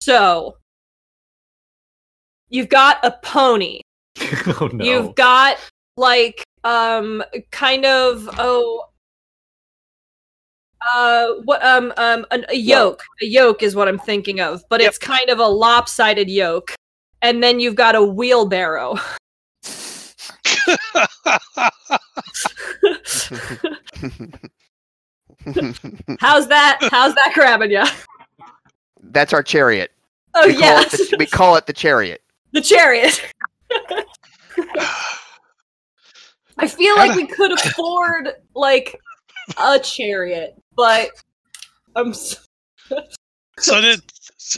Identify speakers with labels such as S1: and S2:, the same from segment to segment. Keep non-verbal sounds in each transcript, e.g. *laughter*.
S1: So you've got a pony.
S2: *laughs* oh no.
S1: You've got like um kind of oh uh what um um an, a yoke. A yoke is what I'm thinking of, but
S3: Yep.
S1: it's kind of a lopsided yoke. And then you've got a
S3: *laughs*
S1: wheelbarrow. *laughs* How's that? How's that grabbing
S3: *laughs*
S1: ya?
S3: That's our chariot.
S1: Oh
S3: we, call it
S1: yes,
S3: the, we call it the chariot.
S1: the chariot. I feel like we could afford like a chariot, but I'm s- *laughs*
S4: So, did,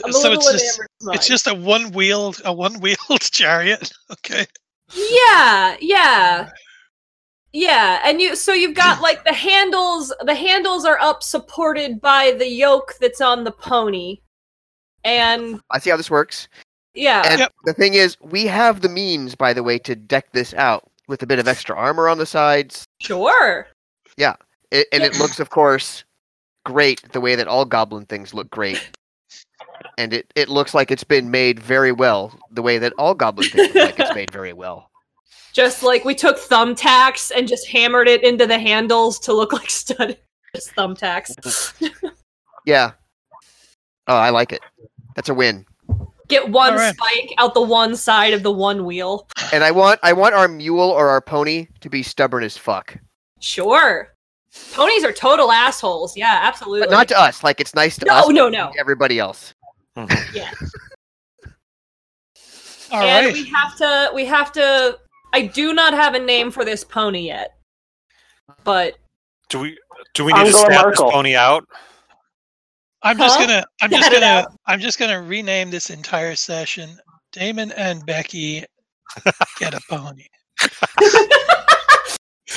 S1: I'm a little
S4: so it's just
S1: enamored. with
S4: it's
S1: mine.
S4: just a one wheeled a one wheeled *laughs* chariot. Okay.
S1: yeah, yeah, yeah. And you so you've got like the handles. The handles are up, supported by the yoke that's on the pony, and
S3: I see how this works.
S1: yeah,
S3: And
S4: Yep.
S3: the thing is, we have the means, by the way, to deck this out with a bit of extra armor on the sides.
S1: sure.
S3: It, and it looks, of course, great the way that all goblin things look great. And it, it looks like it's been made very well, the way that all goblin things look like it's made very well.
S1: Just like we took thumbtacks and just hammered it into the handles to look *laughs* like stud. Just
S3: *laughs*
S1: thumbtacks.
S3: Yeah. Oh, I like it. That's a win.
S1: Get one
S4: All right.
S1: spike out the one side of the one wheel.
S3: And I want I want our mule or our pony to be stubborn as fuck.
S1: Sure. Ponies are total assholes. Yeah, absolutely.
S3: But not to us. Like it's nice to
S1: no,
S3: us.
S1: no,
S3: but
S1: no.
S3: to Everybody else.
S4: All
S1: and
S4: right.
S1: we have to we have to I do not have a name for this pony yet. But *laughs*
S5: Do we do we need to
S6: Angela
S5: stamp this
S6: Merkel.
S5: pony out?
S4: I'm just
S1: Huh?
S4: gonna I'm just
S1: Cut it
S4: gonna I'm just gonna rename this entire session Damon and Becky get a pony.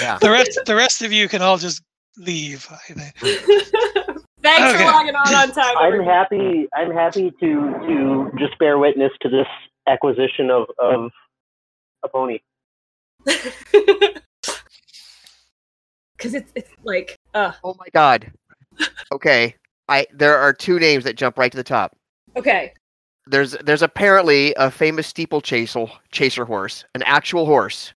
S3: Yeah.
S4: The rest the rest of you can all just leave. I
S2: *laughs*
S4: think.
S1: thanks
S4: Okay.
S1: for logging on
S3: *laughs*
S1: on time.
S6: I'm
S1: everyone.
S6: happy. I'm happy to to just bear witness to this acquisition of of a pony.
S1: *laughs* Cause it's it's like uh
S3: *laughs* Oh my god. Okay. I there are two names that jump right to the top.
S1: okay.
S3: There's there's apparently a famous steeplechaser chaser horse, an actual horse,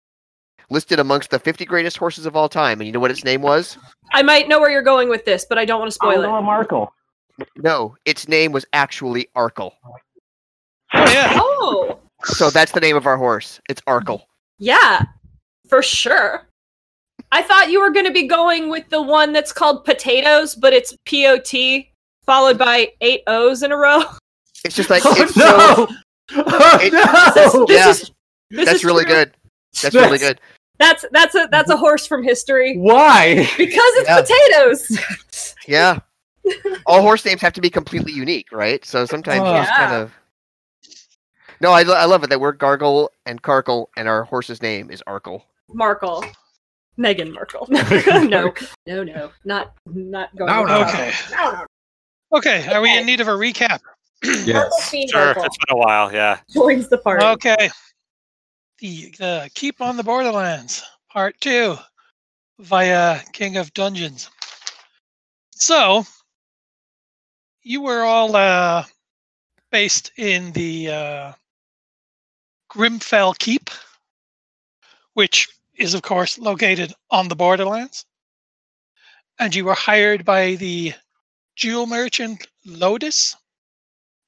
S3: listed amongst the 50 greatest horses of all time. And you know what its name was?
S1: I might know where you're going with this, but I don't want to spoil it.
S6: Angela Merkel.
S3: No, its name was actually Arkle.
S4: Oh yeah.
S1: Oh
S3: So that's the name of our horse. It's Arkle.
S1: yeah, for sure. I thought you were going to be going with the one that's called potatoes, but it's P O T followed by eight O's in a row. *laughs*
S3: It's just like
S2: oh
S3: it's so
S2: no. *laughs* oh
S3: it-
S2: no.
S1: This
S3: yeah.
S1: is- This
S3: that's
S1: is
S3: really
S1: true.
S3: good. That's really
S2: That's-
S3: good.
S1: That's that's a that's a horse from history
S2: Why?
S1: *laughs* because it's
S3: Yeah. *laughs*
S1: potatoes.
S3: Yeah. All horse names have to be completely unique, right? So sometimes you just kind
S1: Yeah.
S3: of. No, I, lo- I love it that we're Gargle and Carkle, and our horse's name is Arkle.
S1: Markle, Meghan Markle.
S4: *laughs*
S1: no, no, no, not not going.
S2: No,
S1: with
S2: no.
S1: that.
S4: Okay. Okay. Are we in need of a recap?
S1: Markle
S2: Yes.
S1: Fiend
S5: Sure,
S1: Markle
S5: it's been a while. Yeah.
S1: joins the party.
S4: Okay. The uh, Keep on the Borderlands, Part 2, via King of Dungeons. So, you were all uh, based in the uh, Grimfell Keep, which is, of course, located on the Borderlands. And you were hired by the jewel merchant Lodus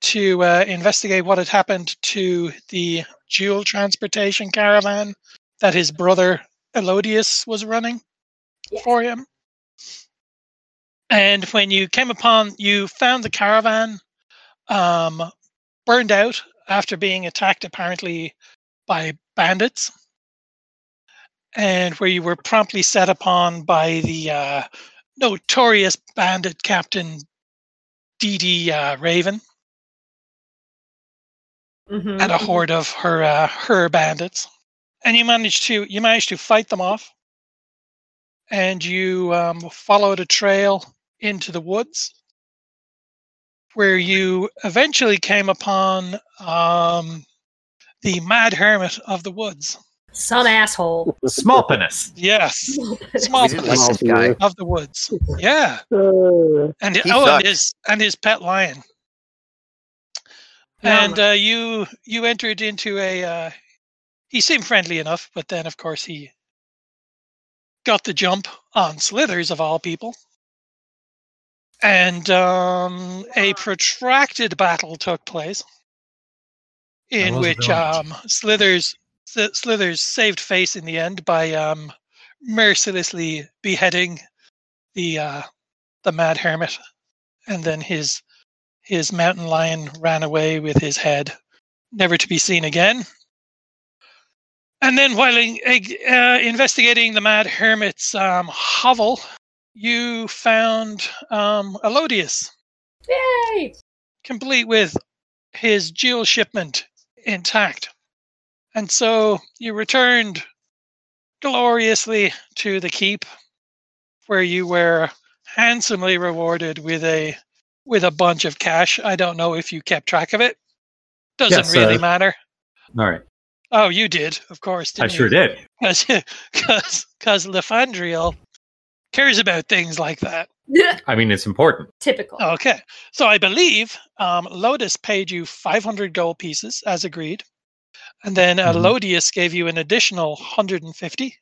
S4: to uh, investigate what had happened to the jewel transportation caravan that his brother Elodius was running
S1: Yeah.
S4: for him. And when you came upon, you found the caravan um, burned out after being attacked, apparently, by bandits. And where you were promptly set upon by the uh, notorious bandit captain D.D. Uh, Raven
S1: Mhm.
S4: and a horde of her uh, her bandits, and you managed to you managed to fight them off, and you um, followed a trail into the woods, where you eventually came upon um, the mad hermit of the woods.
S1: Some asshole.
S2: Small penis.
S4: Yes,
S1: *laughs*
S4: small
S3: We didn't like
S4: place
S3: this guy.
S4: of the woods. Yeah,
S6: Uh,
S4: and
S3: He
S4: oh, and
S3: sucked.
S4: his and his pet lion. And uh, you you entered into a. Uh, he seemed friendly enough, but then of course he got the jump on Slithers of all people. And um, a protracted battle took place, in
S2: wasn't
S4: which
S2: there
S4: um,
S2: one?
S4: Slithers Sli- Slithers saved face in the end by um, mercilessly beheading the uh, the mad hermit, and then his his mountain lion ran away with his head, never to be seen again. And then, while in, uh, investigating the Mad Hermit's um, hovel, you found um, Elodius,
S1: Yay! *laughs*
S4: complete with his jewel shipment intact. And so you returned gloriously to the keep, where you were handsomely rewarded with a with a bunch of cash. I don't know if you kept track of it. Doesn't
S2: Yes,
S4: really
S2: uh,
S4: matter.
S2: All right.
S4: Oh, you did, of course.
S2: I
S4: Didn't *laughs*
S2: sure did.
S4: Because because Lefandriel cares about things like that.
S2: I mean, it's important.
S1: Typical.
S4: Okay. So I believe um, Lotus paid you 500 gold pieces as agreed. And then
S2: Mhm.
S4: Elodius gave you an additional 150.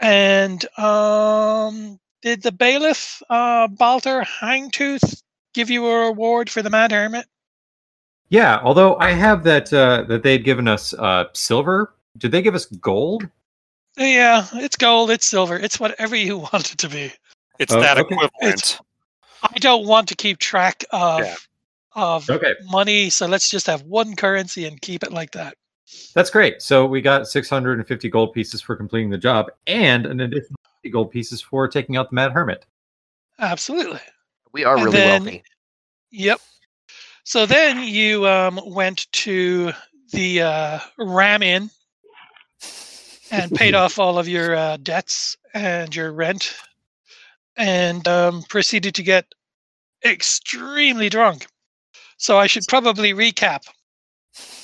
S4: And um, did the bailiff, uh, Balter Hangtooth, give you a reward for the Mad Hermit?
S2: Yeah. Although I have that uh, that they had given us uh, silver. Did they give us gold?
S4: Yeah, it's gold, it's silver, it's whatever you *laughs* want it to be.
S5: It's
S2: Oh,
S5: that
S2: okay.
S5: equivalent.
S4: It's- I don't want to keep track of,
S5: Yeah.
S4: of
S2: Okay,
S4: money, so let's just have one currency and keep it like that.
S2: that's great. So we got 650 gold pieces for completing the job, and an additional 50 gold pieces for taking out the Mad Hermit.
S4: Absolutely.
S3: We are
S4: And
S3: really
S4: then-
S3: wealthy.
S4: Yep. So then you um, went to the uh, Ram Inn and paid off all of your uh, debts and your rent, and um, proceeded to get extremely drunk. So I should probably recap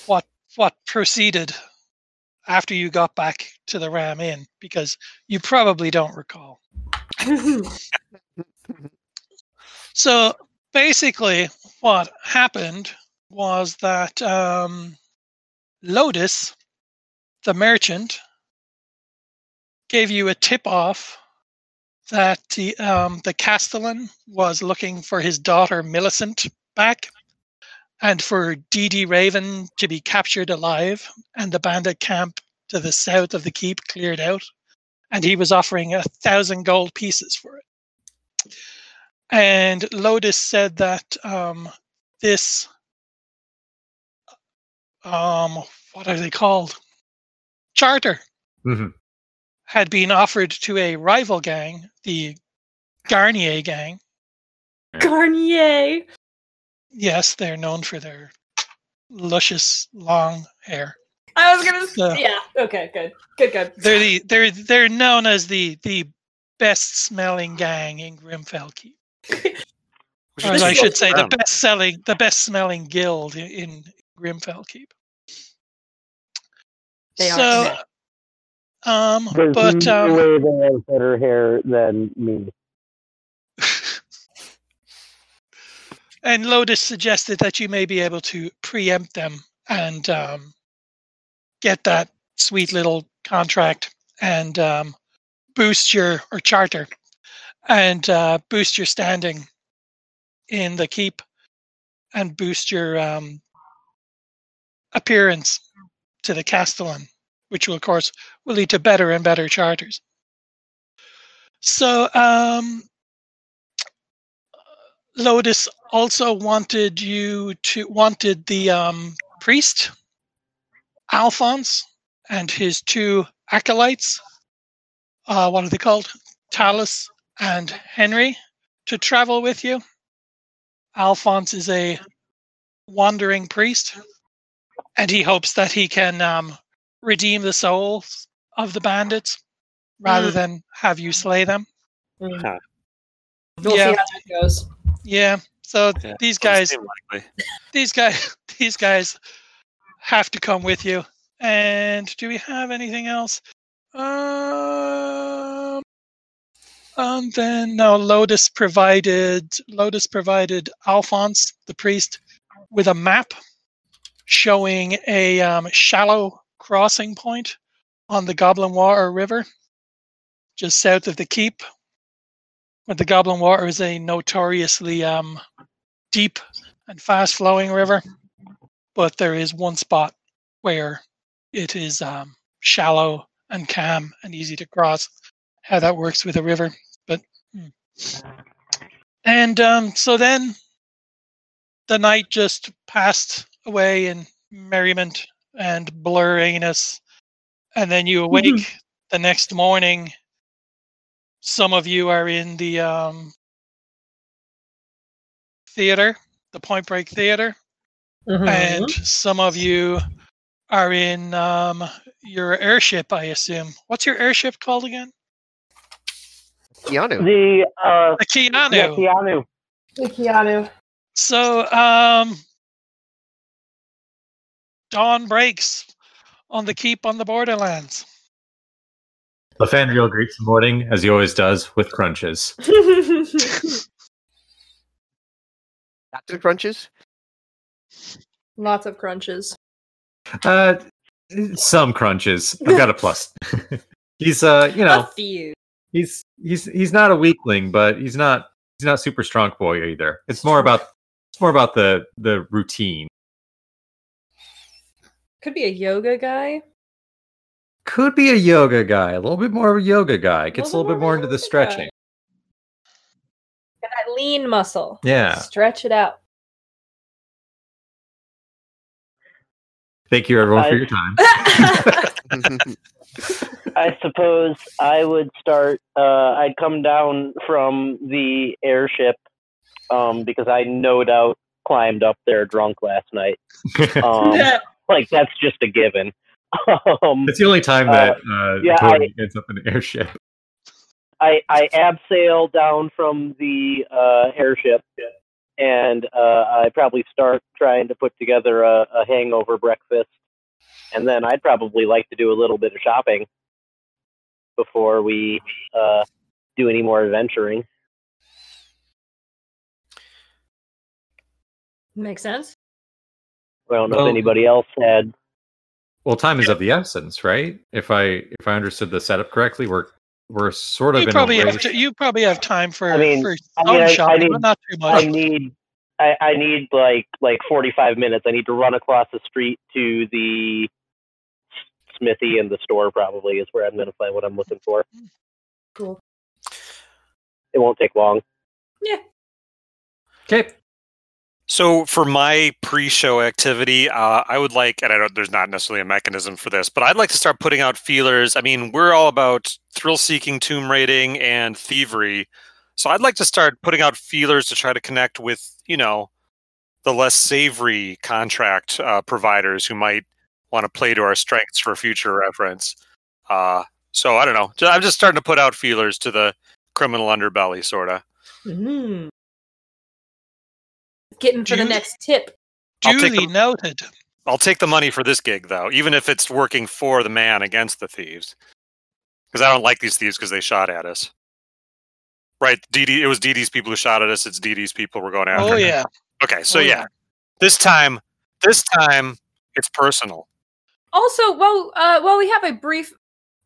S4: what what proceeded after you got back to the Ram Inn because you probably don't recall. So basically, what happened was that um, Lotus, the merchant, gave you a tip off that the, um, the Castellan was looking for his daughter Millicent back and for Dee Dee Raven to be captured alive and the bandit camp to the south of the keep cleared out. And he was offering a thousand gold pieces for it and Lotus said that um, this um, what are they called charter
S2: Mhm.
S4: had been offered to a rival gang, the Garnier gang.
S1: *laughs* Garnier.
S4: Yes, they're known for their luscious long hair.
S1: I was gonna. s-
S4: Yeah.
S1: Yeah. Okay. Good. Good. Good.
S4: They're the they're they're known as the the best smelling gang in Grimfell Keep.
S5: We
S4: Or
S5: just
S4: as I
S5: keep
S4: should say, the
S5: around.
S4: best selling, the best smelling guild i- in Grimfell Keep.
S1: They are
S4: so,
S1: mad.
S4: um,
S6: There's
S4: but
S6: no
S4: um,
S6: way they have better hair than me.
S4: and Lotus suggested that you may be able to preempt them and um, get that sweet little contract and um, boost your or charter and uh, boost your standing in the keep and boost your um, appearance to the castellan, which will of course will lead to better and better charters. So um, Lotus also wanted you to wanted the um, priest Alphonse and his two acolytes. Uh, what are they called? Talus and Henry to travel with you. Alphonse is a wandering priest, and he hopes that he can um, redeem the souls of the bandits rather
S1: Mm.
S4: than have you slay them.
S1: We'll
S4: yeah.
S1: see how that goes.
S4: Yeah. So
S5: Yeah,
S4: these
S5: Doesn't
S4: guys
S5: seem likely.
S4: these guys *laughs* these guys have to come with you and do we have anything else um and then no lotus provided lotus provided alphonse the priest with a map showing a um, shallow crossing point on the Goblin Water River, just south of the keep. But the Goblin Water is a notoriously um, deep and fast flowing river, but there is one spot where it is um, shallow and calm and easy to cross. How that works with a river, but hmm. and um, so then the night just passed away in merriment and blurriness, and then you awake
S1: Mhm.
S4: the next morning. Some of you are in the um, theater, the Point Break theater,
S2: Mm-hmm.
S4: and some of you are in um, your airship, I assume. What's your airship called again?
S3: Keanu.
S6: The uh,
S4: The Keanu.
S6: yeah, Keanu.
S1: Keanu.
S4: So, um, dawn breaks on the keep on the borderlands.
S2: Lefandriel greets the morning, as he always does, with crunches.
S3: Lots of crunches.
S1: *laughs*
S3: *laughs*
S1: Lots of crunches.
S2: Uh, some crunches. I've got a plus. *laughs* he's uh, you know,
S1: A few.
S2: he's he's he's not a weakling, but he's not he's not super strong boy either. It's more about it's more about the the routine.
S1: Could be a yoga guy.
S2: Could be a yoga guy, a little bit more of a yoga guy. Gets a little bit more into the
S1: yoga guy.
S2: stretching.
S1: Got that lean muscle.
S2: Yeah.
S1: Stretch it
S2: *laughs*
S1: out. *laughs*
S2: Thank you everyone for
S6: I-
S2: your time.
S6: I suppose I would start. Uh, I'd come down from the airship um, because I no doubt climbed up there drunk last night.
S2: *laughs*
S6: Um, like that's just a given. *laughs* Um,
S2: It's the only time
S6: Uh,
S2: that uh,
S6: yeah,
S2: Tori gets up in an *laughs* airship.
S6: I I abseil down from the uh, airship, and uh, I probably start trying to put together a, a hangover breakfast, and then I'd probably like to do a little bit of shopping before we uh, do any more adventuring.
S1: Makes sense.
S6: I don't know
S2: Well-
S6: if anybody else had.
S2: Well, time is of the essence, right? If I if I understood the setup correctly, we're we're sort of
S4: You
S2: in a
S4: probably have
S2: race.
S4: to, you probably have time for
S6: I mean,
S4: for
S6: I
S4: some
S6: mean, I- I
S4: shopping,
S6: mean,
S4: but not too much.
S6: I need. I, I need like like forty five minutes. I need to run across the street to the smithy and the store. Probably is where I'm going to find what I'm looking for.
S1: Cool.
S6: It won't take long.
S2: Okay. *laughs*
S5: So for my pre-show activity, uh, I would like, and I don't, there's not necessarily a mechanism for this, but I'd like to start putting out feelers. I mean, we're all about thrill-seeking, tomb raiding, and thievery, so I'd like to start putting out feelers to try to connect with, you know, the less savory contract uh, providers who might want to play to our strengths for future reference. Uh, so I don't know. Ju- I'm just starting to put out feelers to the criminal underbelly, sorta.
S1: Mm. Getting for
S4: Do
S1: the
S4: you-
S1: next tip.
S5: I'll take
S4: Duly
S5: the-
S4: noted.
S5: I'll take the money for this gig though, even if it's working for the man against the thieves. Because I don't like these thieves because they shot at us. Right, DD. It was DD's people who shot at us. It's DD's people we're going after.
S4: Oh yeah.
S5: Okay, so
S4: Oh,
S5: yeah. this time, this time it's personal.
S1: Also, while uh, while we have a brief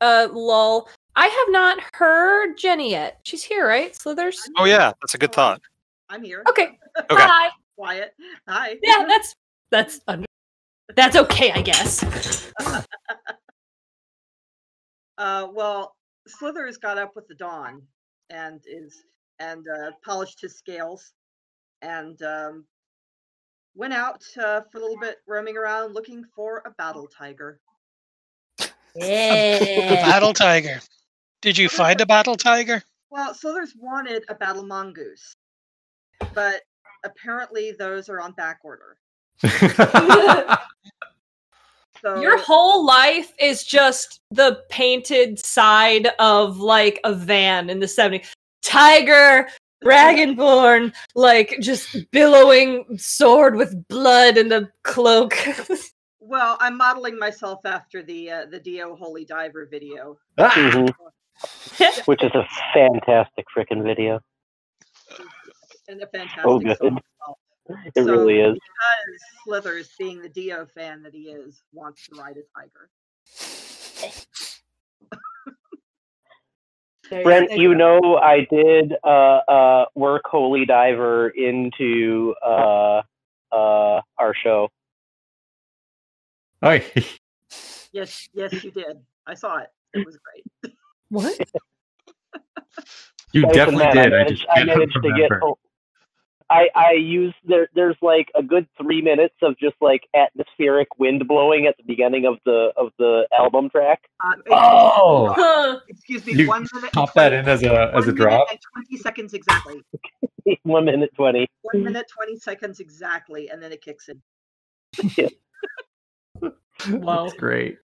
S1: uh, lull, I have not heard Jenny yet. She's here, right? Slithers.
S5: Oh yeah, that's a good thought.
S7: I'm here.
S1: Okay.
S5: Okay.
S1: Hi.
S7: Quiet. Hi.
S1: Yeah, that's that's under- that's okay, I guess.
S7: *laughs* Uh, well, Slithers got up with the dawn and is and uh, polished his scales and um, went out uh, for a little bit, roaming around looking for a battle tiger.
S4: The
S1: Yeah.
S4: *laughs* battle tiger. Did you find a battle tiger?
S7: Well, Slithers wanted a battle mongoose, but apparently those are on back order. So
S1: Your whole life is just the painted side of like a van in the 70s. Tiger, dragonborn, like just billowing sword with blood and a cloak. *laughs*
S7: well, I'm modeling myself after the uh, the Do Holy Diver video.
S2: Ah!
S6: Mhm. Which is a fantastic freaking video.
S7: and a
S6: Oh,
S7: fantastic
S6: good.
S7: song. as well.
S6: It
S7: So-
S6: really is.
S7: Because Slithers, being the Dio fan that he is, wants to ride a tiger.
S8: There you-
S6: Brent,
S8: there
S6: you
S8: go.
S6: know I did uh, uh, work Holy Diver into uh, uh, our show.
S2: All right.
S7: Yes, yes, you did. I saw it. It was great.
S8: What?
S2: You
S6: Aside from
S2: definitely
S6: that,
S2: did.
S6: I
S2: I
S6: managed,
S2: just
S6: I
S2: can't
S6: managed to get.
S2: remember.
S6: Ho- I I use there. There's like a good three minutes of just like atmospheric wind blowing at the beginning of the of the album track. *laughs*
S7: Uh, excuse me-
S2: *laughs* Oh,
S1: Huh.
S7: excuse
S2: You
S7: me. One minute. and
S2: pop that
S7: 20
S2: in as a as a
S7: one minute
S2: drop.
S7: and Twenty seconds exactly.
S6: One minute twenty.
S7: One minute twenty seconds exactly, and then it kicks in.
S8: Wow.
S2: That's great. *laughs*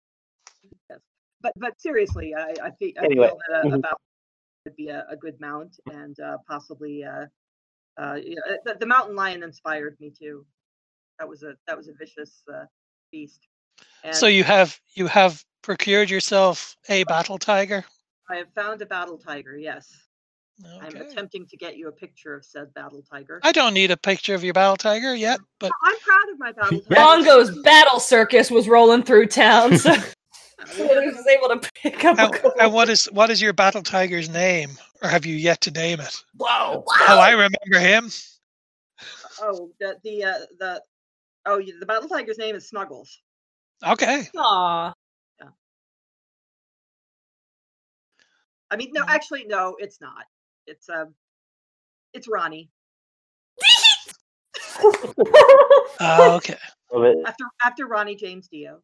S7: But but seriously, I I, fe- I
S6: Anyway,
S7: feel that a,
S4: mm-hmm.
S6: mhm.
S7: about would be a, a good mount and uh, possibly uh, uh, you know, the, the mountain lion inspired me too. That was a that was a vicious uh, beast. And
S4: So you have you have procured yourself a battle tiger.
S7: I have found a battle tiger. Yes, I'm
S4: Okay.
S7: attempting to get you a picture of said battle tiger.
S4: I don't need a picture of your battle tiger yet, but
S7: I'm proud of
S4: *laughs*
S7: my battle tiger. *laughs*
S1: Bongo's battle circus was rolling through town, so
S7: Yeah, we
S1: Slithers was able to pick up a *laughs*
S4: and,
S1: couple.
S4: and what is what is your battle tiger's name, or have you yet to name it?
S1: Whoa!
S4: Oh, I remember him.
S7: Oh, the the uh, the oh, y- the battle tiger's name is Snuggles.
S4: Okay.
S1: Aw.
S7: I mean, no,
S4: Mhm.
S7: actually, no, it's not. It's um, it's Ronnie.
S4: Oh, okay.
S6: Love it.
S7: After after Ronnie James Dio.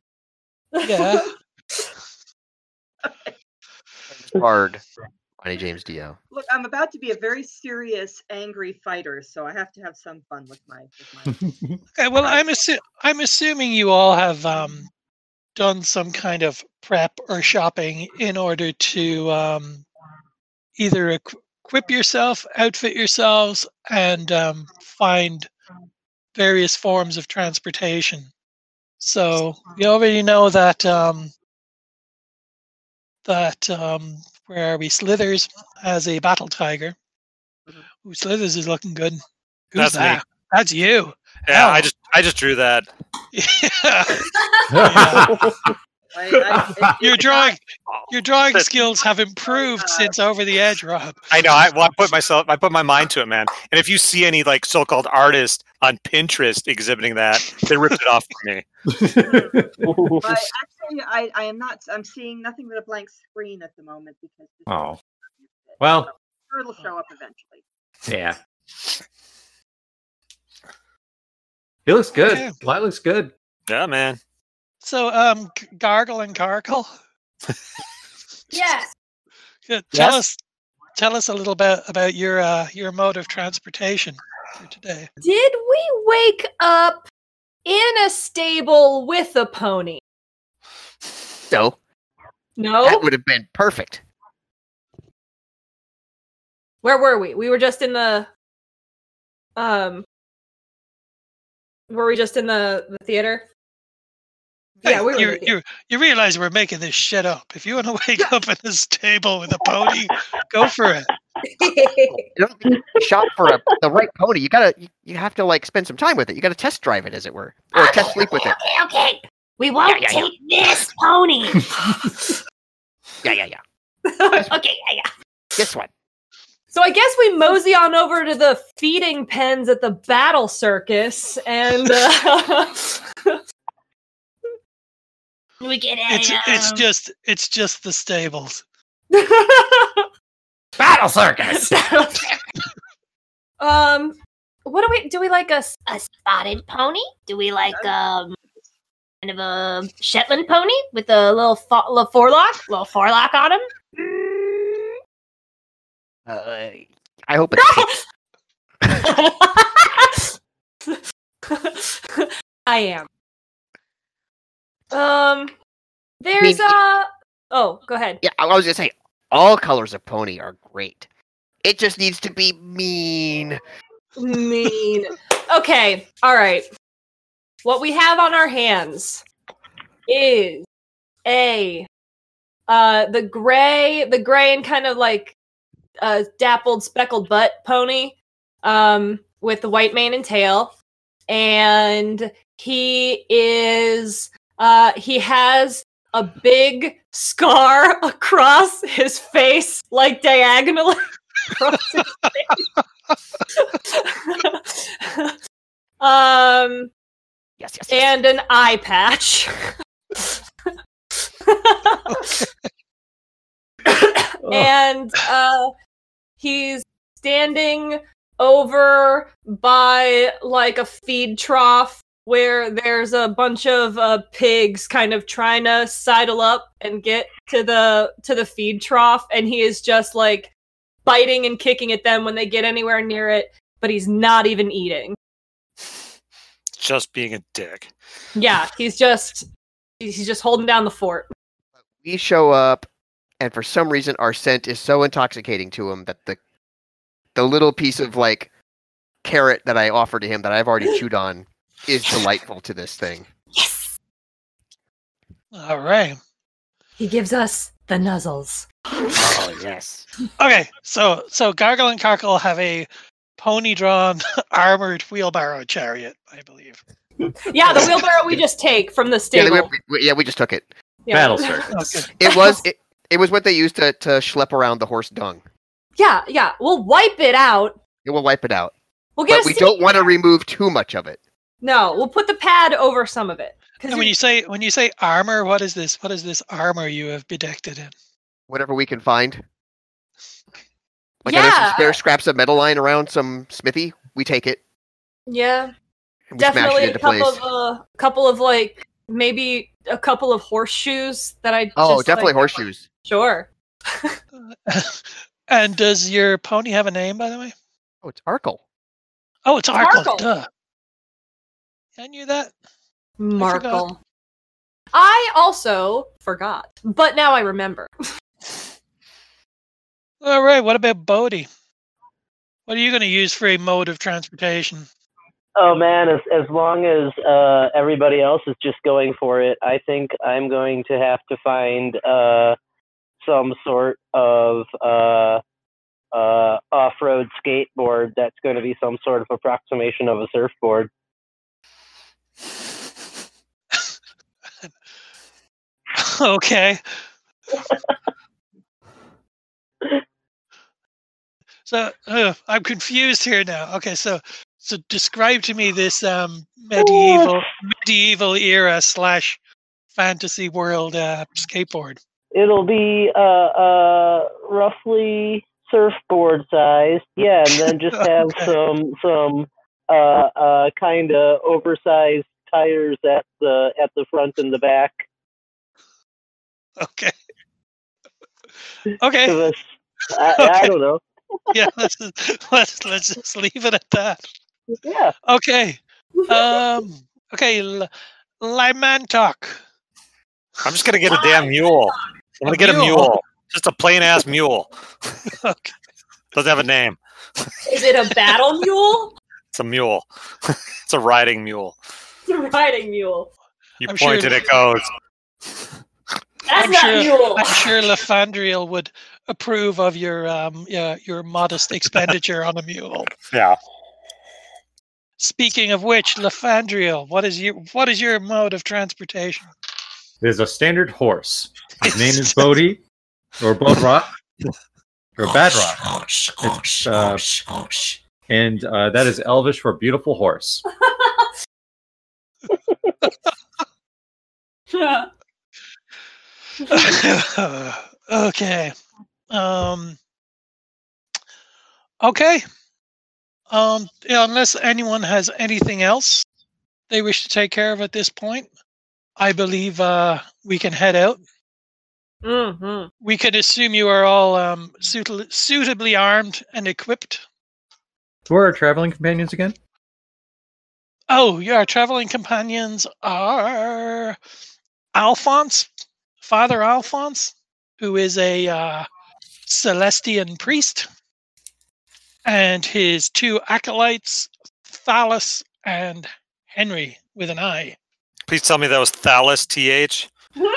S4: Yeah.
S3: Hard. Ronnie James Dio.
S7: Look, I'm about to be a very serious, angry fighter, so I have to have some fun with my
S6: *laughs*
S7: with my.
S4: Okay, well, I'm assu- I'm assuming you all have um, done some kind of prep or shopping in order to um, either equ- equip yourself, outfit yourselves, and um, find various forms of transportation. So you already know that um, that um, where are we? Slithers as a battle tiger.
S7: Mhm.
S4: Ooh, Slithers is looking good. Who's
S5: Mm-hmm. That's me.
S4: that? That's you. *laughs*
S5: Yeah, I
S4: Oh.
S5: just I just drew that.
S4: Yeah.
S7: I, I, it-
S4: Your
S7: it's not-
S4: drawing, your drawing
S5: That's-
S4: skills have improved since Over the Edge, Rob.
S5: I know. I, well, I put myself, I put my mind to it, man. And if you see any like so-called artist on Pinterest exhibiting that, they ripped it off from me.
S7: but actually, I, I am not. I'm seeing nothing but a blank screen at the moment because. this is
S2: Oh.
S7: not used yet.
S2: Well,
S7: Sure it'll show up
S6: *laughs*
S7: eventually.
S2: yeah. He looks good.
S4: Okay.
S2: Light looks good.
S5: *laughs* Yeah, man.
S4: So, um, G- Gargle *laughs* and Cargle,
S8: Yes.
S4: yeah, tell
S2: Yes.
S4: us, tell us a little bit about your uh, your mode of transportation for today.
S1: Did we wake up in a stable with a pony?
S3: So that
S1: No?
S3: would have been perfect.
S1: Where were we? We were just in the um were we just in the, the *laughs* theater? Yeah, we were
S4: you,
S1: naked.
S4: you you realize we're making this shit up. If you want to *laughs* wake up in this table with a pony, go for it.
S3: You don't think you can shop for a, the right pony. You gotta, you, you have to like spend some time with it. You gotta test drive it, as it were, or test sleep with it.
S8: Okay. We won't
S3: yeah, yeah.
S8: take this pony.
S3: Yeah, yeah, yeah.
S8: okay. Yeah,
S3: This one.
S1: so I guess we mosey on over to the feeding pens at the battle circus and uh, *laughs*
S8: yeah. We get um, out.
S4: It's it's just it's just the stables. *laughs*
S3: Battle circus.
S1: um what do we do we like a *laughs*
S3: *laughs*
S1: s-
S8: a spotted pony. Do we like um kind of a Shetland pony with a little, fo- little forelock, little forelock on him?
S3: Uh, I hope it's pink.
S1: I am. Um, there's
S3: mean,
S1: uh Oh, go ahead.
S3: yeah. I was gonna say all colors of pony are great. It just needs to be mean.
S1: Mean. Okay. All right. What we have on our hands is a uh the gray, the gray and kind of like uh, dappled speckled butt pony um with the white mane and tail. and he is uh he has a big scar *laughs* across his face like diagonally across his face. *laughs* um
S3: Yes, yes, yes.
S1: and an eye patch *laughs* and uh, he's standing over by like a feed trough where there's a bunch of uh, pigs kind of trying to sidle up and get to the to the feed trough and he is just like biting and kicking at them when they get anywhere near it but he's not even eating
S5: Just being a dick.
S1: yeah he's just he's just holding down the fort
S3: we show up, and for some reason, our scent is so intoxicating to him that the the little piece of like carrot that I offered to him that I've *laughs* already chewed on is delightful to this thing.
S1: yes
S4: All right.
S1: he gives us the nuzzles
S3: Oh yes.
S4: Okay. So so Gargle and Cockle have a pony drawn *laughs* armored wheelbarrow chariot, I believe.
S1: yeah the wheelbarrow we just take from the
S3: Yeah,
S1: stable
S3: we, we- yeah, we just took it.
S1: Yeah. *laughs*
S2: Battle sir.
S4: Okay.
S3: It *laughs* was it, it was what they used to to schlep around the horse dung.
S1: Yeah, yeah. We'll wipe it out.
S3: It will wipe it out,
S1: We'll get
S3: but
S1: a
S3: we
S1: seat-
S3: don't want to remove too much of it.
S1: No, we'll put the pad over some of it. Because
S4: And when you say when you say armor, what is this? What is this armor you have bedecked it in? *laughs*
S3: Whatever we can find. Like I know some
S1: Yeah.
S3: spare scraps of metal lying around some smithy. We take it
S1: yeah,
S3: and we smash
S1: definitely
S3: it
S1: a
S3: into
S1: couple
S3: place.
S1: of uh, couple of like maybe a couple of horseshoes that I.
S3: oh,
S1: just,
S3: definitely
S1: like-
S3: horseshoes.
S1: Sure.
S4: and does your pony have a name, by the way?
S3: Oh, it's Arkle.
S4: Oh, it's Arkle.
S1: Arkle.
S4: Duh. I knew that.
S1: Markle. I also forgot, but now I remember.
S4: All right. What about Bodhi? What are you going to use for a mode of transportation?
S6: *laughs* Oh man, as as long as uh, everybody else is just going for it, I think I'm going to have to find uh, some sort of uh, uh, off-road skateboard that's going to be some sort of approximation of a surfboard.
S4: okay. so uh, I'm confused here now. Okay, so so describe to me this um, medieval medieval era slash fantasy world uh, skateboard.
S6: It'll be uh, uh, roughly surfboard sized, yeah, and then
S4: *laughs*
S6: just have
S4: Okay.
S6: some some uh, uh, kind of oversized tires at the at the front and the back.
S4: Okay. Okay.
S6: Give us, I, I
S4: Eh. Okay.
S6: don't know.
S4: yeah, let's just, let's let's just leave it at that.
S6: Yeah.
S4: Okay. Um. Okay. L- Limantok.
S5: I'm just gonna get a damn mule. I'm gonna get a
S4: mule.
S5: mule. Just a plain ass mule.
S4: Okay.
S5: Doesn't have a name.
S1: Is it a battle mule? *laughs*
S5: It's a mule. *laughs* it's a riding mule.
S1: It's a riding mule.
S5: You
S4: I'm sure
S5: point it, it goes.
S1: That's
S4: I'm
S1: not
S4: sure-
S1: mule.
S4: I'm sure Lefandriel would approve of your um yeah, your modest expenditure on a mule.
S5: Yeah.
S4: Speaking of which, Lefandriel, what is your what is your mode of transportation?
S2: There's a standard horse. His name is Bodhi or Bodrock or Badrock. It's, uh, and uh, that is Elvish for beautiful horse.
S4: *laughs* okay. Um Okay. Um yeah, unless anyone has anything else they wish to take care of at this point, I believe uh we can head out.
S1: hmm
S4: We could assume you are all um, suitably, suitably armed and equipped.
S2: Who are our traveling companions again?
S4: Oh, your traveling companions are Alphonse, Father Alphonse, who is a uh, Celestian priest, and his two acolytes, Thalus and Henry, with an I.
S5: Please tell me that was Thalys TH.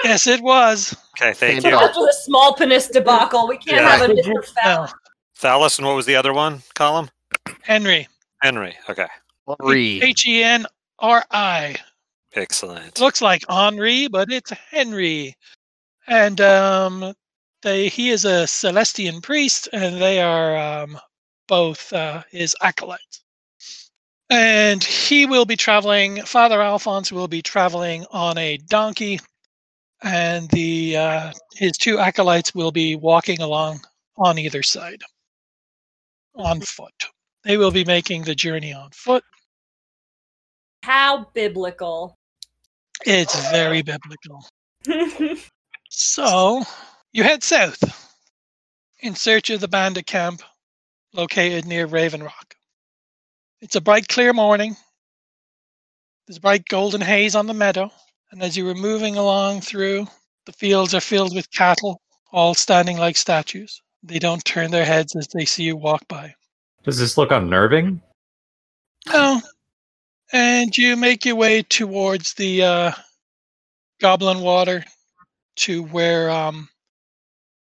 S4: Yes, it was.
S5: Okay, thank
S3: Same
S5: you.
S3: dog.
S1: After the small penis debacle, we can't
S5: Yeah.
S1: have a Mr. Fallon.
S4: No,
S5: Thalys and what was the other one? Column?
S4: Henry.
S5: Henry. Okay.
S3: Henri.
S4: H E N R I.
S5: Excellent.
S4: Looks like Henri, but it's Henry. And um, they he is a Celestian priest, and they are um, both uh, his acolytes. And he will be traveling. Father Alphonse will be traveling on a donkey, and the uh, his two acolytes will be walking along on either side, on foot. They will be making the journey on foot.
S1: How biblical.
S4: It's very biblical. So you head south in search of the bandit camp located near Raven Rock. It's a bright, clear morning. There's a bright golden haze on the meadow, and as you were moving along through, the fields are filled with cattle, all standing like statues. They don't turn their heads as they see you walk by.
S2: Does this look unnerving?
S4: Oh, and you make your way towards the uh, Goblin Water to where um,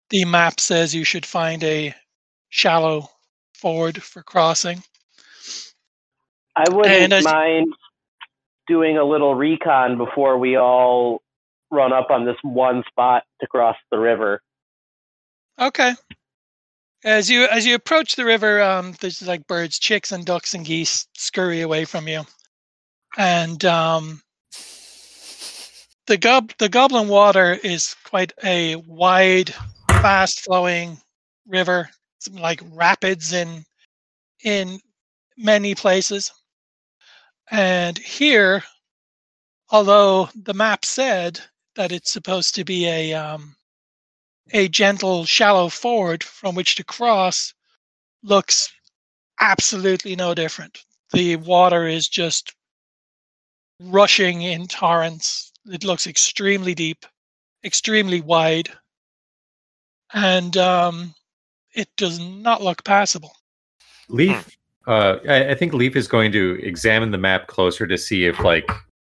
S4: the map says you should find a shallow ford for crossing.
S6: I wouldn't
S4: And as-
S6: mind doing a little recon before we all run up on this one spot to cross the river.
S4: Okay. As you as you approach the river, um, there's like birds, chicks, and ducks and geese scurry away from you, and um, the gob the goblin water is quite a wide, fast flowing river. It's like rapids in in many places, and here, although the map said that it's supposed to be a um, a gentle, shallow ford from which to cross looks absolutely no different. The water is just rushing in torrents. It looks extremely deep, extremely wide, and um, it does not look passable.
S2: Leaf, uh, I, I think Leaf is going to examine the map closer to see if, like,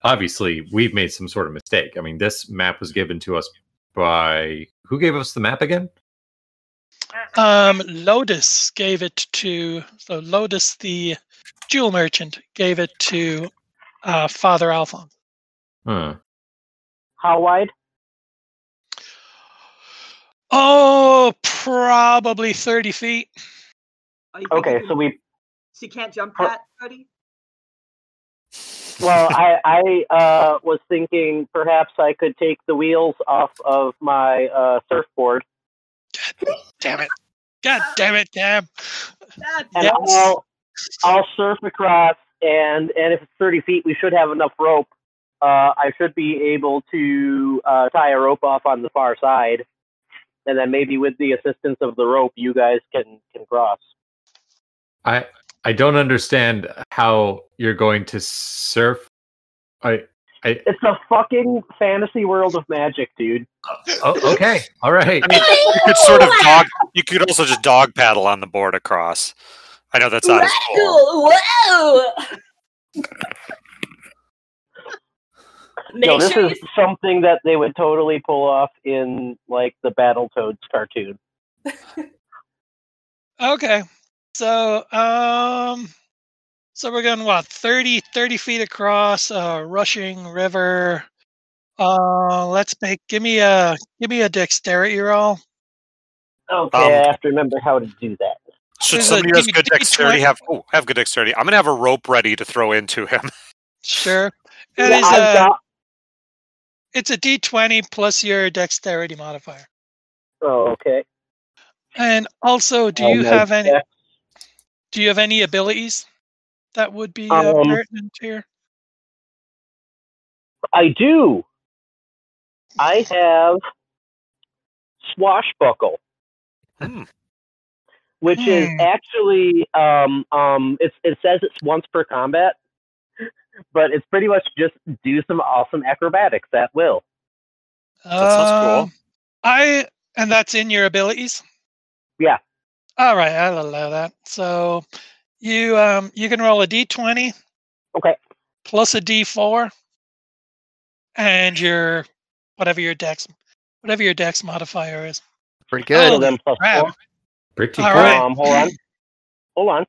S2: obviously we've made some sort of mistake. I mean, this map was given to us by who gave us the map again?
S4: Um, Lotus gave it to so Lotus, the jewel merchant, gave it to uh, Father Alphonse.
S2: Huh.
S6: How wide?
S4: Oh, probably 30 feet.
S7: Oh, you think you
S6: Okay,
S7: can-
S6: so we
S7: so you can't jump
S6: Her-
S7: that, Cody?
S6: Well, I, I uh, was thinking perhaps I could take the wheels off of my uh, surfboard
S4: Damn it. God damn it, damn.
S7: That's
S6: and
S4: Yes.
S6: I'll, I'll surf across. And, and if it's 30 feet, we should have enough rope. Uh, I should be able to uh, tie a rope off on the far side. And then maybe with the assistance of the rope, you guys can, can cross.
S2: I I don't understand how you're going to surf. I
S6: It's a fucking fantasy world of magic, dude.
S2: oh, okay, all right.
S5: I mean, you could sort of dog. You could also just dog paddle on the board across. I know that's not as cool.
S1: Whoa! whoa. Make
S6: no, this
S1: sure
S6: is something that they would totally pull off in like the Battletoads cartoon.
S4: Okay. So, um, so we're going, what, 30, 30 feet across a rushing river. Uh, let's make, give me a, give me a dexterity roll.
S6: Okay,
S5: Um,
S6: I have to remember how to do that.
S5: Should
S4: There's a
S5: somebody who has
S4: D-
S5: good
S4: D20.
S5: dexterity have oh have good dexterity? I'm gonna have a rope ready to throw into him. *laughs*
S4: Sure. It
S6: Yeah,
S4: is uh,
S6: I've
S4: a,
S6: got-
S4: it's a d20 plus your dexterity modifier.
S6: oh, okay.
S4: And also, do
S6: Oh,
S4: you
S6: my
S4: have any,
S6: dex-
S4: do you have any abilities that would be uh,
S6: Um,
S4: pertinent here?
S6: I do. I have swashbuckle,
S5: Hmm.
S6: which is
S4: Hmm.
S6: actually um um it's it says it's once per combat, but it's pretty much just do some awesome acrobatics at will.
S5: That sounds cool.
S4: Um, I and that's in your abilities.
S6: Yeah.
S4: All right, I'll allow that. So you um you can roll a d20
S6: Okay.
S4: plus a d4 and your whatever your dex whatever your dex modifier is.
S3: Pretty
S6: So
S3: good.
S4: Holy
S6: then plus
S4: crap.
S6: four.
S2: Pretty
S4: All
S2: cool.
S4: right.
S6: Um, hold on. Hold on.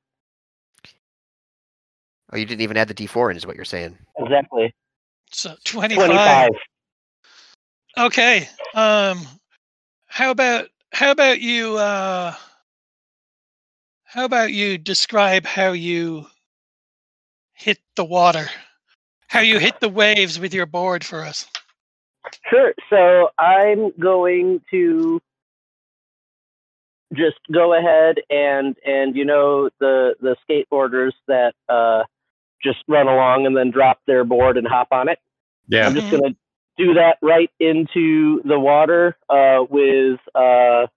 S3: Oh, you didn't even add the D4 in, is what you're saying.
S6: Exactly.
S4: So 25.
S6: 25.
S4: Okay. Um how about how about you uh how about you describe how you hit the water? How you hit the waves with your board for us.
S6: Sure. So I'm going to just go ahead and and you know the the skateboarders that uh, just run along and then drop their board and hop on it.
S2: Yeah.
S6: I'm just gonna do that right into the water uh, with uh,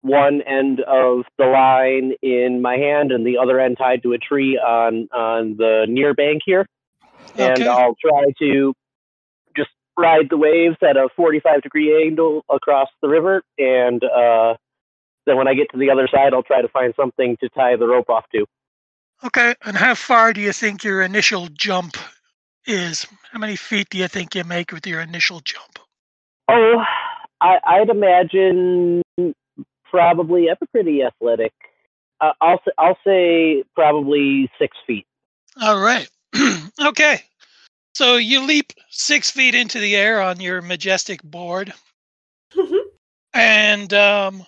S6: one end of the line in my hand and the other end tied to a tree on on the near bank here, and
S4: Okay.
S6: I'll try to just ride the waves at a 45 degree angle across the river, and uh, then when I get to the other side, I'll try to find something to tie the rope off to.
S4: Okay, and how far do you think your initial jump is? How many feet do you think you make with your initial jump?
S6: Oh, I, I'd imagine probably. I'm pretty athletic. Uh, I'll s- I'll say probably six feet.
S4: All right. *clears throat* okay. So you leap six feet into the air on your majestic board, and um,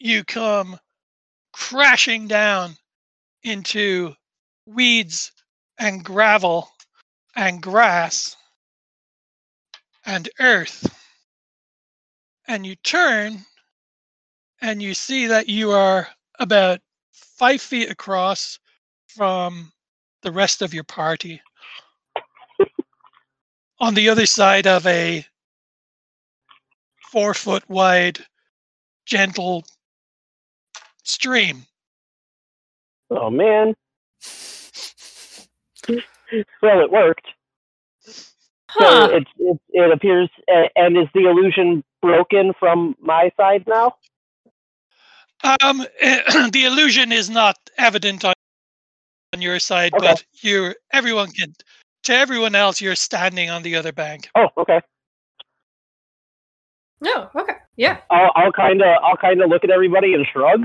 S4: you come crashing down into weeds and gravel and grass and earth. And you turn and you see that you are about five feet across from the rest of your party on the other side of a four foot wide gentle stream
S6: Oh man. Well, it worked.
S8: Huh.
S6: So it's it, it appears, a- and is the illusion broken from my side now?
S4: um *clears throat* the illusion is not evident on, on your side
S6: Okay.
S4: but you everyone can to everyone else you're standing on the other bank
S6: Oh, okay.
S1: No. Okay. Yeah.
S6: I'll I'll kind of I'll kind of look at everybody and shrug,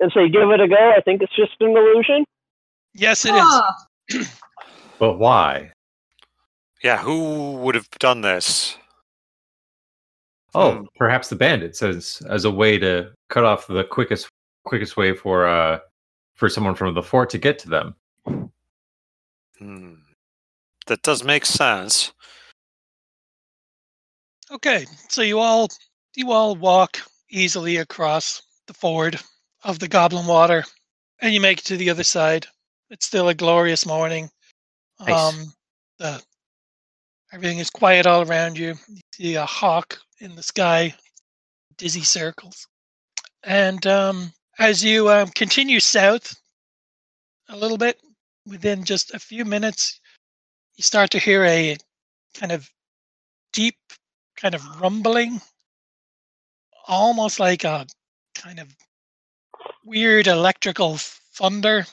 S6: and say, "Give it a go." I think it's just an illusion.
S4: yes it is.
S1: Ah,
S2: But why?
S5: Yeah, who would have done this?
S2: Oh,
S5: Hmm.
S2: perhaps the bandits as as a way to cut off the quickest quickest way for uh for someone from the fort to get to them.
S5: Hmm. That does make sense.
S4: Okay, so you all you all walk easily across the ford of the Goblin Water, and you make it to the other side. It's still a glorious morning.
S3: Nice.
S4: Um, the, everything is quiet all around you. You see a hawk in the sky, dizzy circles, and um, as you um, continue south a little bit, within just a few minutes, you start to hear a kind of deep kind of rumbling, almost like a kind of weird electrical thunder.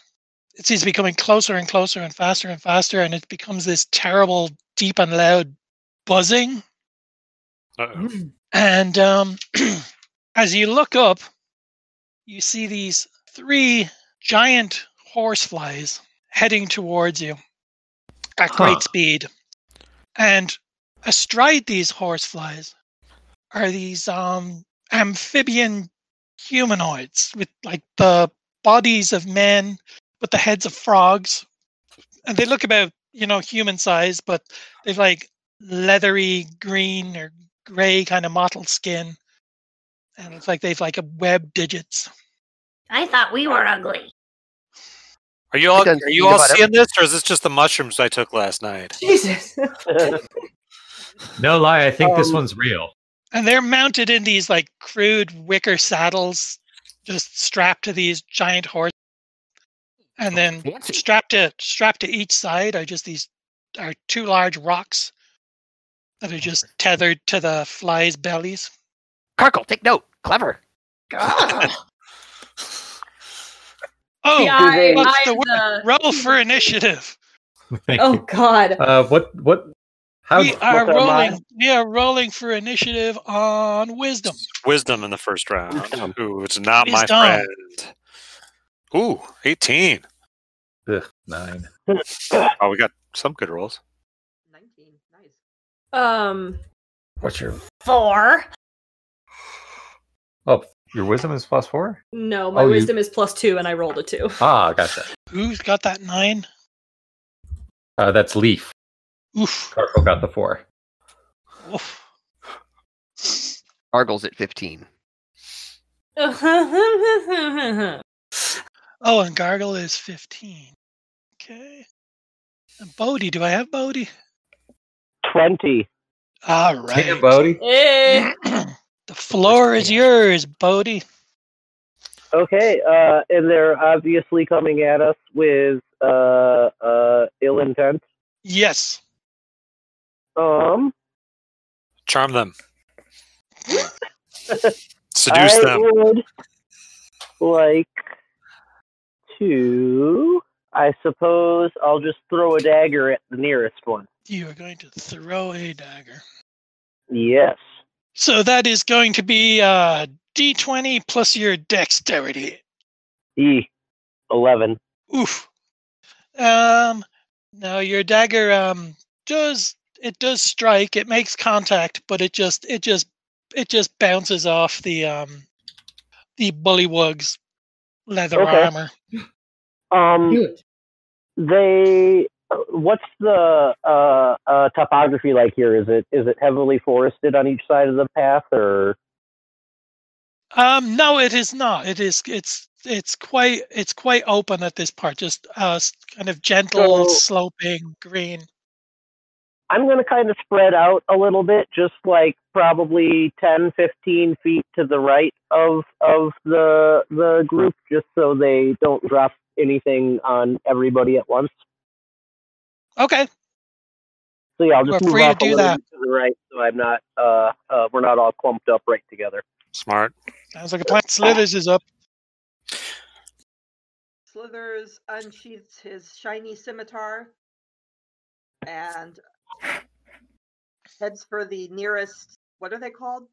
S4: It seems to be coming closer and closer and faster and faster, and it becomes this terrible, deep and loud buzzing.
S5: Uh-oh.
S4: And um, *clears throat* as you look up, you see these three giant horseflies heading towards you at
S2: Huh.
S4: great speed. And astride these horseflies are these um, amphibian humanoids with like the bodies of men, but the heads of frogs. And they look about, you know, human size, but they've like leathery green or gray kind of mottled skin. And it looks like they've like a web digits.
S8: I thought we were ugly.
S5: Are you all
S3: done
S5: are you
S3: think
S5: all
S3: about
S5: seeing this, or is this just the mushrooms I took
S3: *laughs*
S5: last night?
S1: *laughs* Jesus.
S6: *laughs*
S2: No lie, I think this
S6: Um,
S2: one's real. *laughs*
S4: And they're mounted in these like crude wicker saddles, just strapped to these giant horses. And then
S3: Fancy.
S4: strapped to strapped to each side are just these are two large rocks that are just tethered to the flies' bellies.
S3: Carkle, take note. Clever.
S1: Ah.
S4: Oh,
S1: See, I-
S4: what's
S1: I'm
S4: the word?
S1: the-
S4: roll for initiative.
S2: Thank
S1: Oh
S2: you.
S1: God.
S2: Uh, what what? How?
S4: We are
S6: what am I?
S4: rolling. We are rolling for initiative on wisdom.
S5: Wisdom in the first round. Ooh, it's not my
S4: Wisdom.
S5: friend. Ooh, 18.
S2: Nine.
S5: Oh, we got some good rolls.
S7: 19. Nice.
S1: Um,
S2: What's your
S8: Four.
S2: oh your wisdom is plus four?
S1: no, my
S2: Oh, you-
S1: wisdom is plus two, and I rolled a two. *laughs*
S2: Ah, gotcha.
S4: Who's got that nine?
S2: Uh, that's leaf.
S4: Oof.
S2: Carco got the four.
S4: Oof.
S3: Argle's at 15.
S4: Oh, and Gargle is 15. Okay. And Bodhi, do I have Bodhi?
S6: 20.
S4: All right.
S2: Damn, Bodhi.
S1: hey,
S4: *clears throat* the floor is yours, Bodhi.
S6: Okay, uh, and they're obviously coming at us with uh, uh, ill intent.
S4: Yes.
S6: Um,
S3: *laughs*
S5: Charm them. Seduce
S6: I
S5: them.
S6: would like to. I suppose I'll just throw a dagger at the nearest one.
S4: You are going to throw a dagger.
S6: Yes.
S4: So that is going to be uh, D20 plus your dexterity.
S6: E. 11.
S4: Oof. Um. Now your dagger um does it does strike. It makes contact, but it just it just it just bounces off the um the bullywug's leather
S6: Okay.
S4: armor.
S6: Um, they. What's the uh, uh, topography like here? Is it is it heavily forested on each side of the path, or
S4: Um. No, it is not. It is. It's. It's quite. It's quite open at this part. Just uh, s- kind of gentle,
S6: So-
S4: sloping green.
S6: I'm going to kind of spread out a little bit, just like probably 10, 15 feet to the right of of the the group, just so they don't drop anything on everybody at once.
S4: Okay.
S6: So yeah, I'll just
S4: We're
S6: move
S4: free to
S6: off a
S4: do
S6: little
S4: that.
S6: bit to the right, so I'm not uh, uh we're not all clumped up right together.
S5: Smart.
S4: Sounds like a plan. Slithers is up.
S7: Slithers unsheaths his shiny scimitar and heads for the nearest. What are they called?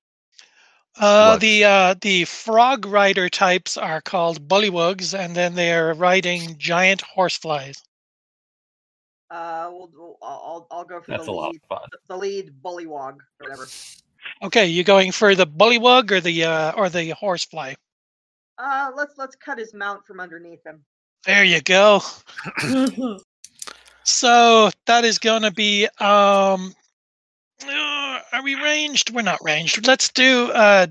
S4: Uh,
S2: Lugs.
S4: the uh, the frog rider types are called bullywugs, and then they are riding giant horseflies.
S7: Uh, we'll, we'll, I'll, I'll I'll go for
S2: That's a
S7: the
S2: lot
S7: lead,
S2: of
S6: *laughs*
S2: fun.
S7: the lead bullywog, whatever.
S4: Okay, you going for the bullywug or the uh, or the horsefly?
S7: Uh, let's let's cut his mount from underneath him.
S4: There you go. So that is going to be. Um, uh, are we ranged? We're not ranged. Let's do uh,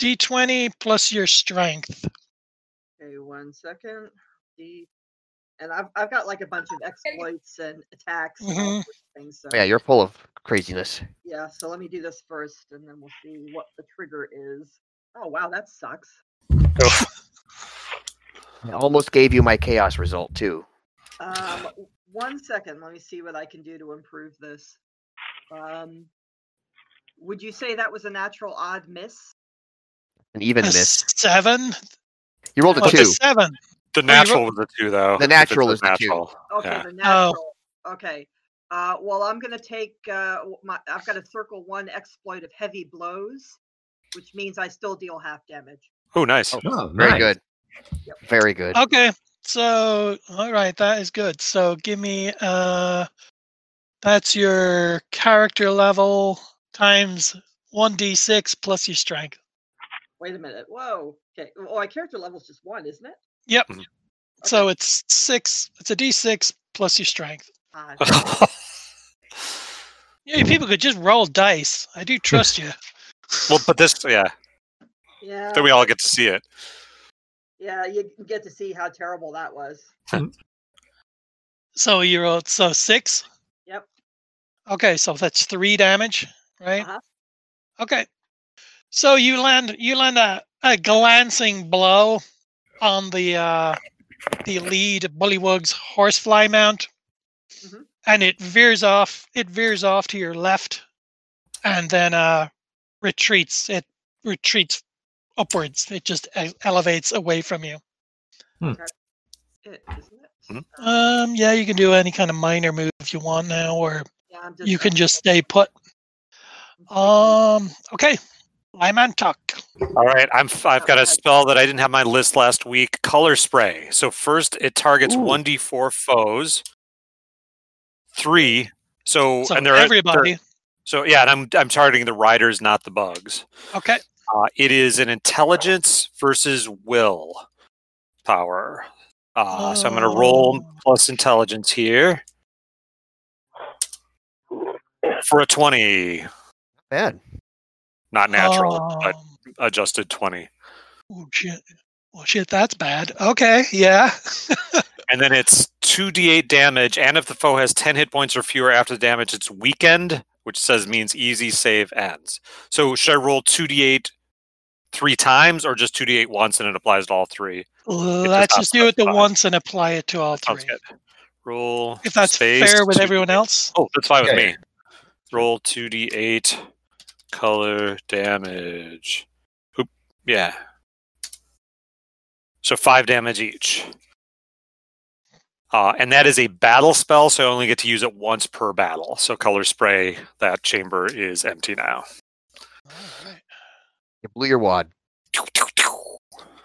S4: d20 plus your strength.
S7: Okay, one second. D, and I've I've got like a bunch of exploits and attacks and all
S4: Mhm.
S7: sorts of things. So
S3: Oh, Yeah, you're full of craziness.
S7: yeah, so let me do this first, and then we'll see what the trigger is. Oh wow, that sucks.
S3: I almost gave you my chaos result, too.
S7: Um, w- one second. Let me see what I can do to improve this. Um, would you say that was a natural odd miss?
S3: An even
S4: A
S3: miss.
S4: seven.
S3: You rolled a
S4: What's a
S3: two.
S4: seven?
S5: The
S4: you
S5: natural was the two, though.
S3: The
S5: if it's
S3: natural
S5: a
S3: is the two.
S7: Okay,
S5: Yeah.
S4: Oh.
S7: the natural. Okay. Uh, well, I'm going to take. Uh, w- my, I've got a circle one exploit of heavy blows, which means I still deal half damage.
S5: Oh, nice.
S2: Oh,
S3: Very
S2: nice.
S3: good. Very good.
S4: Okay. So, all right, that is good. So, give me uh that's your character level times 1d6 plus your strength.
S7: Wait a minute. Whoa. Okay. Oh, my character level's just one, isn't it?
S4: Yep.
S5: Mhm.
S4: So
S7: Mm-hmm. Okay.
S4: it's 6 it's a d6 plus your strength.
S5: *laughs*
S7: Ah,
S3: Oh.
S4: Yeah, people could just roll dice. I do trust you.
S5: well, but this, yeah,
S7: yeah.
S5: then we all get to see it.
S7: Yeah. You can get to see how terrible that was.
S4: So you rolled so 6.
S7: Yep.
S4: Okay, so that's 3 damage, right?
S7: Uh-huh.
S4: Okay. So you land you land a, a glancing blow on the uh the lead Bullywug's horsefly mount.
S7: Mhm.
S4: And it veers off it veers off to your left and then uh retreats. It retreats upwards. It just e- elevates away from you.
S7: It, isn't it?
S5: Mhm.
S7: Um,
S4: Um yeah, you can do any kind of minor move if you want now or
S7: yeah, I'm just.
S4: you
S7: I'm
S4: can just
S7: taking-
S4: stay put.
S7: I'm taking-
S4: Um okay. Lymantuck.
S5: All right, I'm. f- I've got a spell that I didn't have on my list last week. Color spray. So first, it targets
S4: Ooh.
S5: one d four foes. Three. So,
S4: So
S5: and there Are,
S4: everybody.
S5: there- so yeah, and I'm I'm targeting the riders, not the bugs.
S4: Okay.
S5: Uh, it is an intelligence versus will power. Uh, So I'm going to roll
S4: Oh.
S5: plus intelligence here for a 20.
S3: Bad.
S5: Not natural, but
S4: Um,
S5: adjusted 20.
S4: Oh shit. Well, shit, that's bad. Okay, yeah.
S5: And then it's 2d8 damage. And if the foe has 10 hit points or fewer after the damage, it's weakened, which says means easy save ends. So should I roll 2d8 three times or just 2d8 once and it applies to all three?
S4: Let's
S5: not
S4: just do it the
S5: specified.
S4: once and apply it to all
S5: Sounds
S4: three.
S5: good. Roll.
S4: If that's
S5: space,
S4: fair with
S5: 2d8.
S4: everyone else.
S5: Oh, that's fine with
S2: Okay.
S5: me. Roll 2d8 color damage. Oop. Yeah. So five damage each. Uh, and that is a battle spell, so I only get to use it once per battle. So color spray, that chamber is empty now.
S4: Alright.
S3: You blew your wad.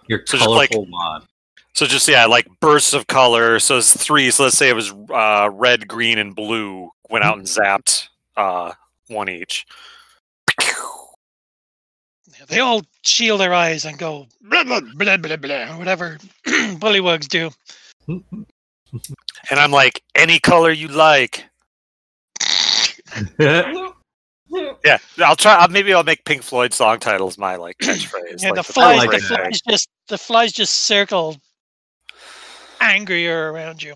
S2: Your
S5: So just like-
S2: colorful wand.
S5: So just yeah, like bursts of color. So it's three. So let's say it was uh, red, green, and blue. Went out and zapped uh, one each.
S4: Yeah, They all shield their eyes and go blah blah blah blah blah, or whatever *clears throat* bullywugs do.
S5: And I'm like, any color you like. Yeah, I'll try. I'll, maybe I'll make Pink Floyd song titles
S4: *clears throat*
S5: my like catchphrase.
S4: Yeah,
S5: like
S4: the flies,
S2: like
S4: the
S2: that.
S4: flies just the flies just circle angrier around you.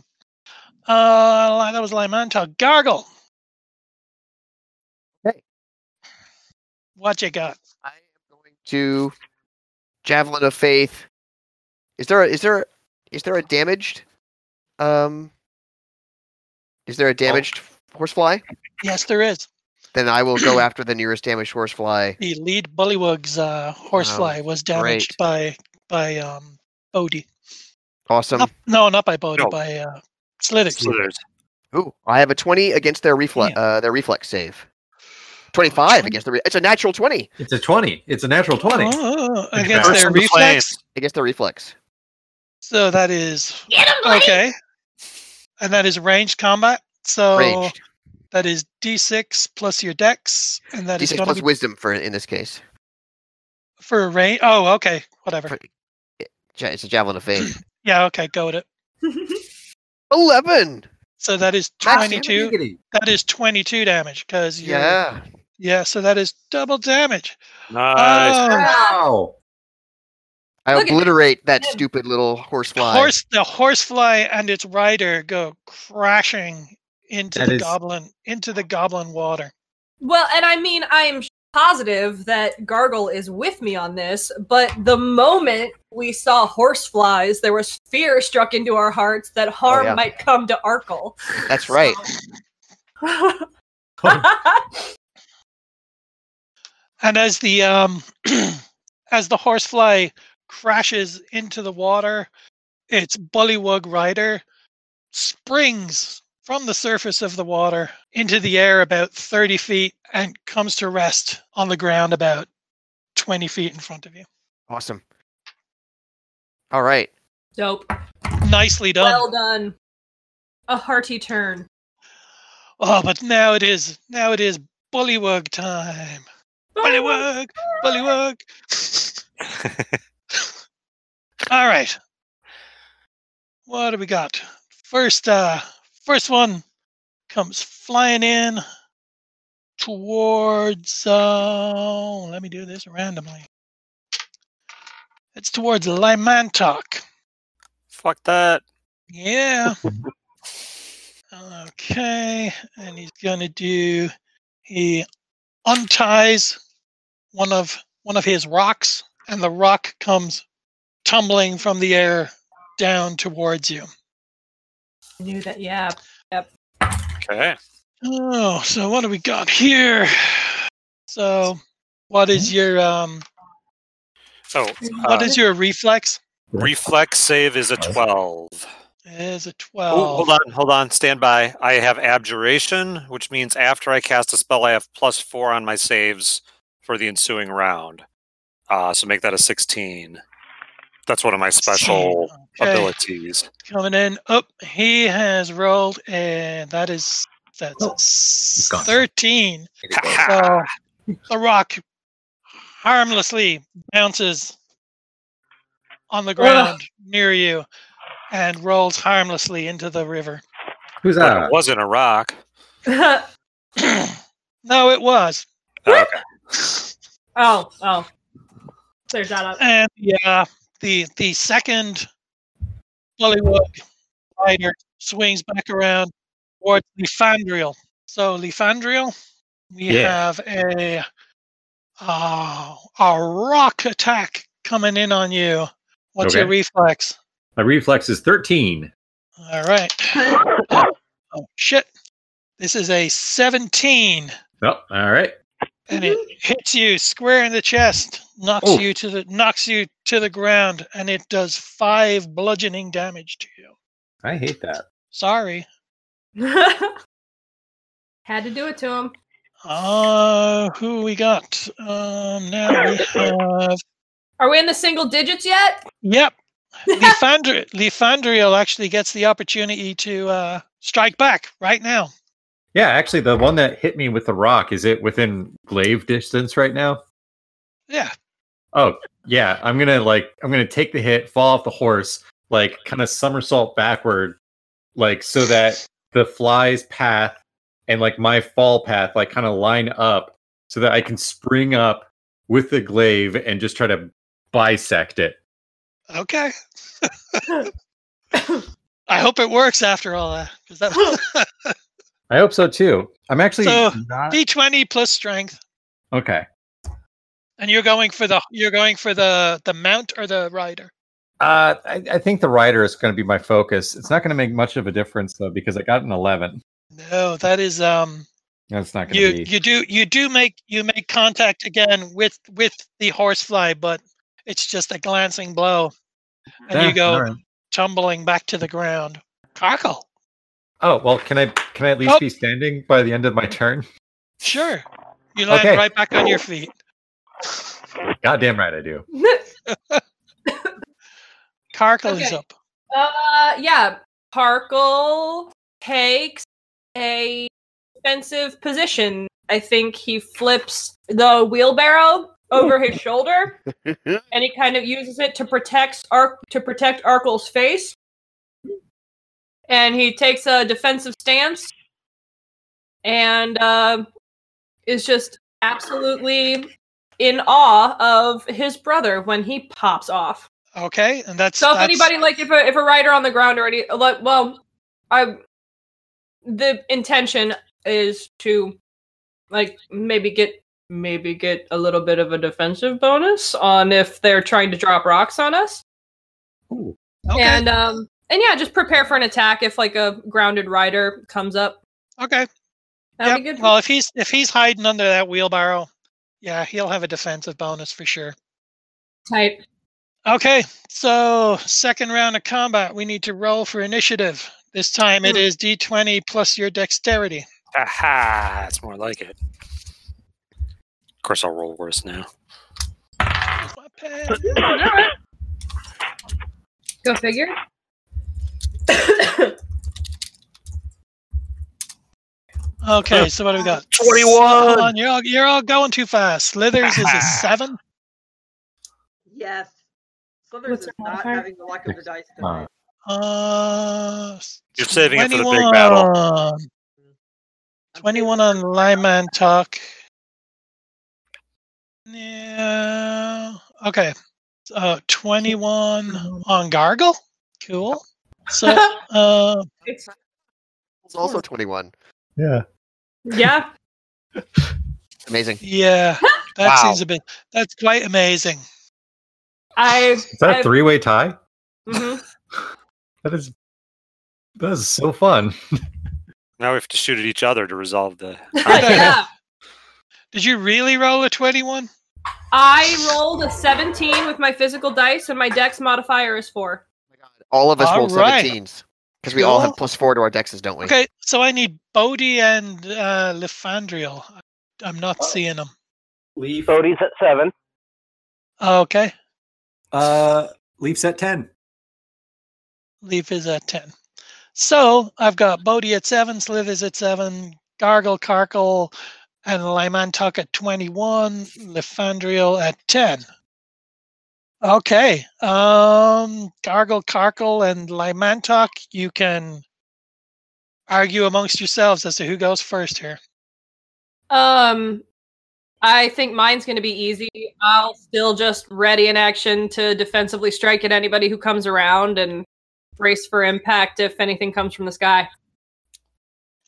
S4: Uh, li- that was Limanta. Gargle.
S3: Okay.
S4: What you got?
S3: I am going to javelin of faith. Is there a, is there is there a damaged um is
S4: Oh.
S3: there a damaged horsefly?
S4: Yes, there is
S3: Then I will go after the nearest damaged horsefly.
S4: the lead bullywug's uh,
S5: Oh,
S4: horsefly was damaged by by um Bodhi.
S3: Awesome.
S4: Not- no, not by Bodhi,
S5: No.
S4: by uh, Slithers.
S5: Slithers.
S3: Ooh, I have a 20 against their reflex uh, their reflex save. 25 against the re- it's a natural 20
S2: *laughs* It's a 20. It's a natural 20.
S4: Oh,
S2: It's
S4: against
S2: better.
S4: their
S5: Burst into
S4: reflex.
S5: flames.
S3: against their reflex.
S4: So that is
S8: Get him, Blade!
S4: okay, and that is ranged combat. So
S3: Ranged.
S4: That is D6 plus your dex, and that is
S3: D6
S4: going to
S3: plus
S4: be
S3: wisdom for in this case.
S4: for a range. Oh, okay, whatever.
S3: For- Ja- It's a javelin of faith.
S4: Yeah, okay, go with it.
S3: 11.
S4: So that is
S3: Max
S4: 22.
S2: Giggity.
S4: That is 22 damage because yeah,
S3: Yeah.
S4: yeah. So that is double damage.
S5: Nice.
S4: Oh,
S2: Wow.
S3: I
S1: Look at-
S3: obliterate that
S1: Him.
S3: stupid little horsefly.
S4: horse the horsefly and its rider go crashing into
S2: That
S4: the
S2: is-
S4: goblin into the goblin water.
S1: Well, and I mean, I'm positive that Gargle is with me on this, but the moment we saw horseflies, there was fear struck into our hearts that harm
S3: yeah.
S1: might come to Arkle. *laughs*
S4: *laughs*
S3: That's right.
S4: And as the um, *clears throat* as the horsefly crashes into the water, its bullywug rider springs from the surface of the water into the air about 30 feet and comes to rest on the ground about 20 feet in front of you.
S3: Awesome.
S4: *laughs*
S3: All right.
S1: Dope.
S4: Nicely done.
S1: Well done. A hearty turn.
S4: oh, but now it is now it is bullywug time. Bullywug, bullywug. All right. What do we got? First, uh, first one comes flying in towards. Uh, let me do this randomly. It's towards Lymantok.
S5: Fuck that. *laughs*
S4: Yeah. Okay, and he's gonna do. He unties one of one of his rocks, and the rock comes tumbling from the air down towards you.
S1: I knew that. Yeah. *laughs*
S5: Okay.
S4: Oh, so what do we got here? So, what is your um?
S5: So
S4: What
S5: uh,
S4: is your reflex?
S5: reflex save is a 12.
S4: Is a
S5: Oh,
S4: twelve.
S5: hold on, hold on, stand by. I have abjuration, which means after I cast a spell, I have plus four on my saves for the ensuing round. Uh, so make that a 16. That's one of my special
S4: Okay.
S5: abilities.
S4: Coming in. Up, he has rolled, and that is that's a
S2: Oh,
S4: s-
S2: gone.
S4: thirteen. So the rock harmlessly bounces on the ground near you and rolls harmlessly into the river. *clears throat*
S2: Who's
S5: But
S2: that?
S5: it wasn't a rock.
S4: no, it was.
S1: oh, oh. Clears that up.
S4: And yeah, the the second Bullywug rider swings back around towards Lefandriel. So Lefandriel, we
S2: Yeah.
S4: have a uh, a rock attack coming in on you. What's your
S2: Okay.
S4: reflex?
S2: My reflex is 13.
S4: All right. Oh shit! This is a seventeen,
S2: Oh, all right.
S4: and it hits you square in the chest, knocks
S2: Oof.
S4: you to the knocks you to the ground, and it does five bludgeoning damage to you.
S2: I hate that.
S4: Sorry.
S1: *laughs* Had to do it to him.
S4: Uh, who we got? Um, now we have.
S1: Are we in the single digits yet? *laughs*
S4: Yep. Lefandri- Lefandriel actually gets the opportunity to uh, strike back right now.
S2: Yeah, actually, the one that hit me with the rock is it within glaive distance right now?
S4: Yeah.
S2: Oh, yeah. I'm gonna like I'm gonna take the hit, fall off the horse, like kind of somersault backward, like so that the fly's path and like my fall path like kind of line up so that I can spring up with the glaive and just try to bisect it.
S4: Okay. I hope it works after all that. 'cause that *laughs*
S2: I hope so too. I'm actually
S4: So,
S2: not
S4: D20 plus strength,
S2: okay.
S4: and you're going for the you're going for the the mount or the rider.
S2: Uh, I, I think the rider is going to be my focus. It's not going to make much of a difference though because I got an eleven.
S4: No, that is um.
S2: That's not going
S4: you
S2: to be.
S4: you do you do make you make contact again with with the horsefly but it's just a glancing blow and
S2: Yeah,
S4: you go
S2: all right.
S4: tumbling back to the ground cockle
S2: Oh well, can I can I at least
S4: Oh.
S2: be standing by the end of my turn? *laughs*
S4: sure you land
S2: Okay.
S4: right back on your feet
S2: Goddamn right, I do.
S4: Carkle is
S1: Okay.
S4: up
S1: Uh, yeah. Parkle takes a defensive position. I think he flips the wheelbarrow over his shoulder, and he kind of uses it to protect Ark to protect Arkle's face. And he takes a defensive stance, and uh, is just absolutely in awe of his brother when he pops off.
S4: okay and that's,
S1: So if
S4: that's-
S1: anybody like if a if a rider on the ground already like well, I the intention is to like maybe get maybe get a little bit of a defensive bonus on if they're trying to drop rocks on us
S4: okay
S1: and um and yeah just prepare for an attack if like a grounded rider comes up
S4: okay
S1: that'll be
S4: yep.
S1: good
S4: well if he's if he's hiding under that wheelbarrow yeah he'll have a defensive bonus for sure
S1: type
S4: Okay, so second round of combat, we need to roll for initiative. This time
S1: Hmm.
S4: it is d20 plus your dexterity.
S5: Aha, that's more like it. Of course, I'll roll worse now.
S4: Where's my
S5: *laughs*
S4: pen?
S1: go figure
S4: Okay, so what do we got?
S5: 21.
S4: Come on, you're all, you're all going too fast. Slithers
S5: *laughs*
S4: is a seven.
S7: Yes. Slithers
S1: What's
S7: is
S1: her
S7: not
S1: modifier?
S7: having the luck of the dice
S2: Uh,
S7: tonight.
S4: Uh, s-
S5: You're saving it for the big battle.
S4: 21.
S7: I'm
S4: 21 on
S7: saving it.
S4: lineman talk. Yeah. Okay. Uh,
S5: *laughs*
S4: 21 on gargle. Cool. So,
S1: *laughs*
S4: uh,
S3: It's also 21.
S2: Yeah.
S1: yeah
S4: Oh
S3: Amazing.
S4: Yeah, that
S5: Wow.
S4: seems a bit. That's quite amazing.
S1: I
S2: Is that
S1: I-
S2: a three way tie?
S4: *laughs*
S1: mhm.
S2: That is that is so fun.
S5: Now we have to shoot at each other to resolve the.
S1: yeah
S4: Did you really roll a twenty-one?
S1: I rolled a 17 with my physical dice and my dex modifier is 4
S3: All of us
S4: All
S3: rolled
S4: right.
S3: 17s because we all
S4: Cool.
S3: have plus four to our dexes, don't we?
S4: Okay, so I need Bodhi and uh, Lefandriel. I'm not seeing them.
S9: Leaf.
S6: Bodhi's at seven.
S4: Okay.
S9: Uh, Leaf's at ten.
S4: Leaf is at 10. So I've got Bodhi at 7, Slithers at 7, Gargle Carkle and Lymantuck at 21, Lefandriel at 10. Okay. Um, Gargle Carkle and Lymantuck, you can argue amongst yourselves as to who goes first here.
S1: Um, I think mine's going to be easy. I'll still just ready in action to defensively strike at anybody who comes around and brace for impact if anything comes from the sky.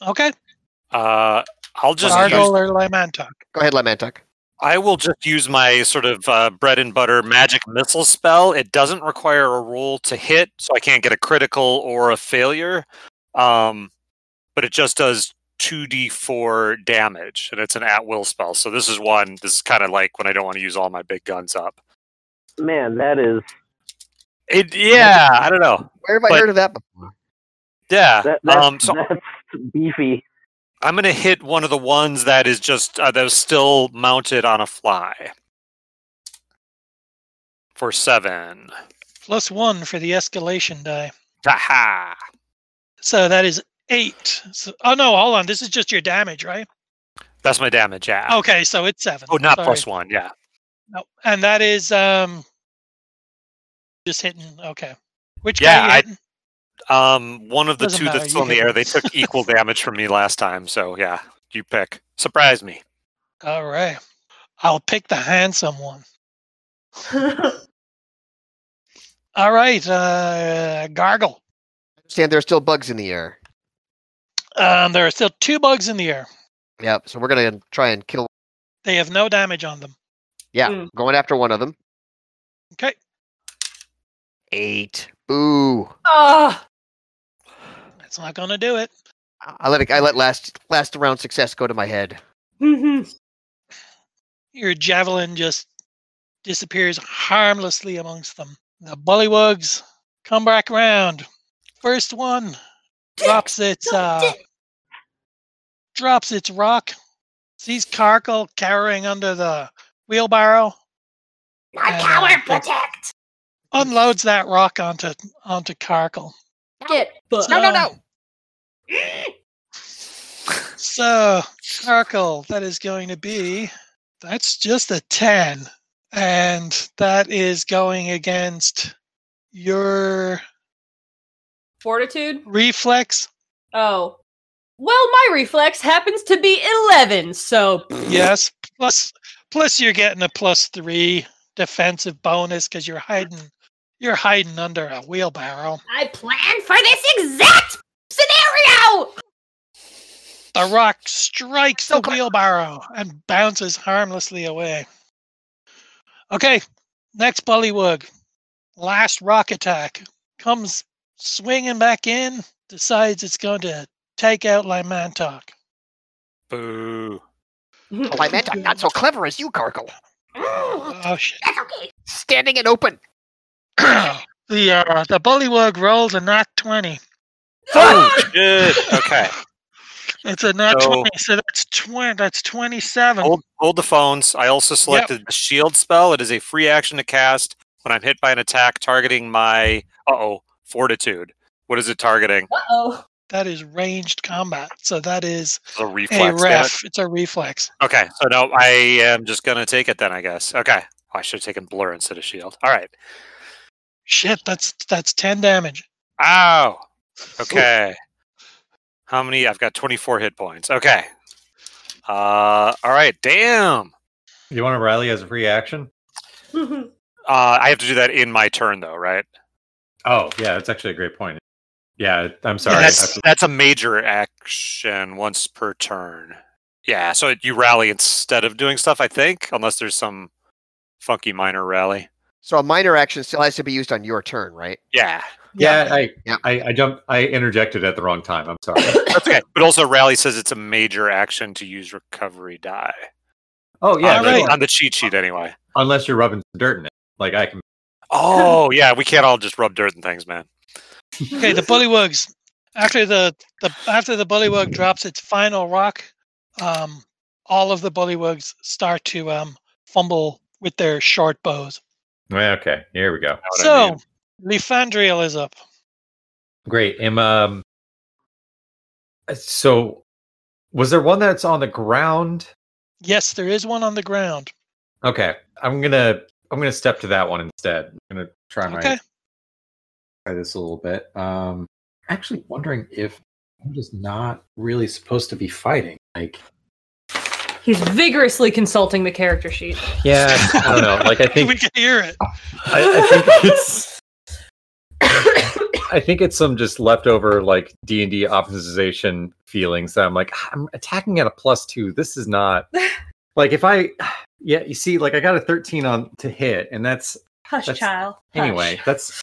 S4: Okay.
S5: Uh, I'll just use,
S4: Gargle or Lymantuck.
S3: Go ahead, Lamantuck.
S5: I will just use my sort of uh, bread and butter magic missile spell. It doesn't require a roll to hit, so I can't get a critical or a failure. Um, but it just does 2d4 damage, and it's an at will spell. So this is one. This is kind of like when I don't want to use all my big guns up.
S6: Man, that is
S5: It yeah, I don't know.
S3: Where have I
S5: But-
S3: heard of that before?
S5: Yeah.
S6: that, that's,
S5: um, so
S6: that's beefy.
S5: I'm gonna hit one of the ones that is just uh, that was still mounted on a fly for seven.
S4: Plus one for the escalation die.
S5: Ha
S4: So that is eight. So, oh, no, hold on. This is just your damage, right?
S5: That's my damage. Yeah.
S4: Okay, so it's seven.
S5: Oh, not
S4: Sorry.
S5: plus one. Yeah.
S4: No, and that is um, just hitting. Okay, which
S5: Yeah,
S4: guy? you
S5: I-
S4: hitting?
S5: Um, one of the
S4: Doesn't
S5: two
S4: matter,
S5: that's
S4: you
S5: still in the
S4: can-
S5: air.
S4: *laughs*
S5: They took equal damage from me last time. So yeah, you pick. Surprise me.
S4: All right, I'll pick the handsome
S5: *laughs*
S4: one. All right, uh, gargle.
S3: Understand there are still bugs in the air.
S4: Um, there are still two bugs in the air.
S3: Yep. So we're gonna try and kill.
S4: They have no damage on them.
S3: Yeah,
S1: Mm.
S3: going after one of them.
S4: Hmm. Okay,
S3: Eight. Boo.
S1: Ah, *laughs*
S4: that's not gonna do it.
S3: I let it, I let last last round success go to my head.
S1: mhm.
S4: Your javelin just disappears harmlessly amongst them. The bullywugs come back round. First one drops its uh, drops its rock. Sees Carkle cowering under the wheelbarrow.
S8: Not
S4: Yeah,
S8: cower,
S4: yeah.
S8: protect.
S4: Unloads that rock onto onto Carkle.
S8: Get
S1: But-
S4: no, no. So Carkle, that is going to be that's just a ten, and that is going against your
S1: fortitude.
S4: reflex.
S1: Oh, well, my reflex happens to be eleven, so
S4: Yes, plus plus you're getting a plus three defensive bonus because you're hiding you're hiding under a wheelbarrow.
S8: I planned for this exact scenario.
S4: The rock strikes
S3: So
S4: the
S3: cla-
S4: wheelbarrow and bounces harmlessly away. Okay, next Bullywug. Last rock attack. Comes swinging back in, decides it's going to take out Lymantok.
S5: Boo.
S3: Oh, I meant I'm not so clever as you, Gargle.
S8: Mm,
S4: Oh, shit. *clears throat*
S8: that's okay.
S3: Standing and open.
S4: the, uh, the Bullywug rolled a nat 20. Ah! *laughs*
S5: Good. Oh, Okay.
S4: It's a nat
S5: So-
S4: 20, so that's, twen- that's 27.
S5: Hold, hold the phones. I also selected the shield spell. It is a free action to cast when I'm hit by an attack targeting my uh oh fortitude. What is it targeting?
S1: oh,
S4: That is ranged combat, so that is
S5: The
S4: a
S5: reflex. damn it.
S4: ref. It's a reflex.
S5: Okay, so no, I am just gonna take it then. I guess. Okay, I should have taken blur instead of shield. All right.
S4: Shit, that's that's ten damage.
S5: Ow. Okay. How many? I've got 24 hit points. Okay. Uh. All right. Damn.
S2: You want to rally as a free action?
S1: Mm-hmm.
S5: Uh, I have to do that in my turn though, right?
S2: Oh, yeah, that's actually a great point. Yeah, I'm sorry. I
S5: That's
S2: have to-
S5: that's a major action once per turn. Yeah, so you rally instead of doing stuff, I think, unless there's some funky minor rally.
S3: So a minor action still has to be used on your turn, right?
S5: Yeah,
S2: yeah, I,
S3: Yeah.
S2: I, I jumped. I interjected at the wrong time. I'm
S4: *coughs*
S2: sorry.
S5: that's okay. But also, rally says it's a major action to use recovery die.
S2: Oh yeah,
S5: on,
S2: sure.
S5: the, on the cheat sheet, anyway.
S2: unless you're rubbing some dirt in it. Like I can.
S5: Oh yeah, we can't all just rub dirt and things, man.
S4: Okay, the bullywugs. After the, the after the bullywug drops its final rock, um, all of the bullywugs start to um, fumble with their short bows.
S2: Well, okay, here we go.
S5: what I
S4: So,
S5: mean.
S4: Lefandriel is up.
S2: Great. Am um. uh, So, was there one that's on the ground?
S4: Yes, there is one on the ground.
S2: Okay, I'm gonna I'm gonna step to that one instead. I'm gonna try my
S4: Okay.
S2: try this a little bit. Um, actually, wondering if I'm just not really supposed to be fighting. Like,
S1: *laughs* He's vigorously consulting the character sheet.
S2: yeah, *laughs* I don't know. Like, I think
S4: *laughs* we can hear it.
S2: I, I think it's I think it's some just leftover like D and D optimization feelings that I'm like "Ah, I'm attacking at a plus two. This is not like if I yeah you see like I got a thirteen on to hit and that's
S1: Hush,
S2: That's-
S1: child. Hush.
S2: anyway that's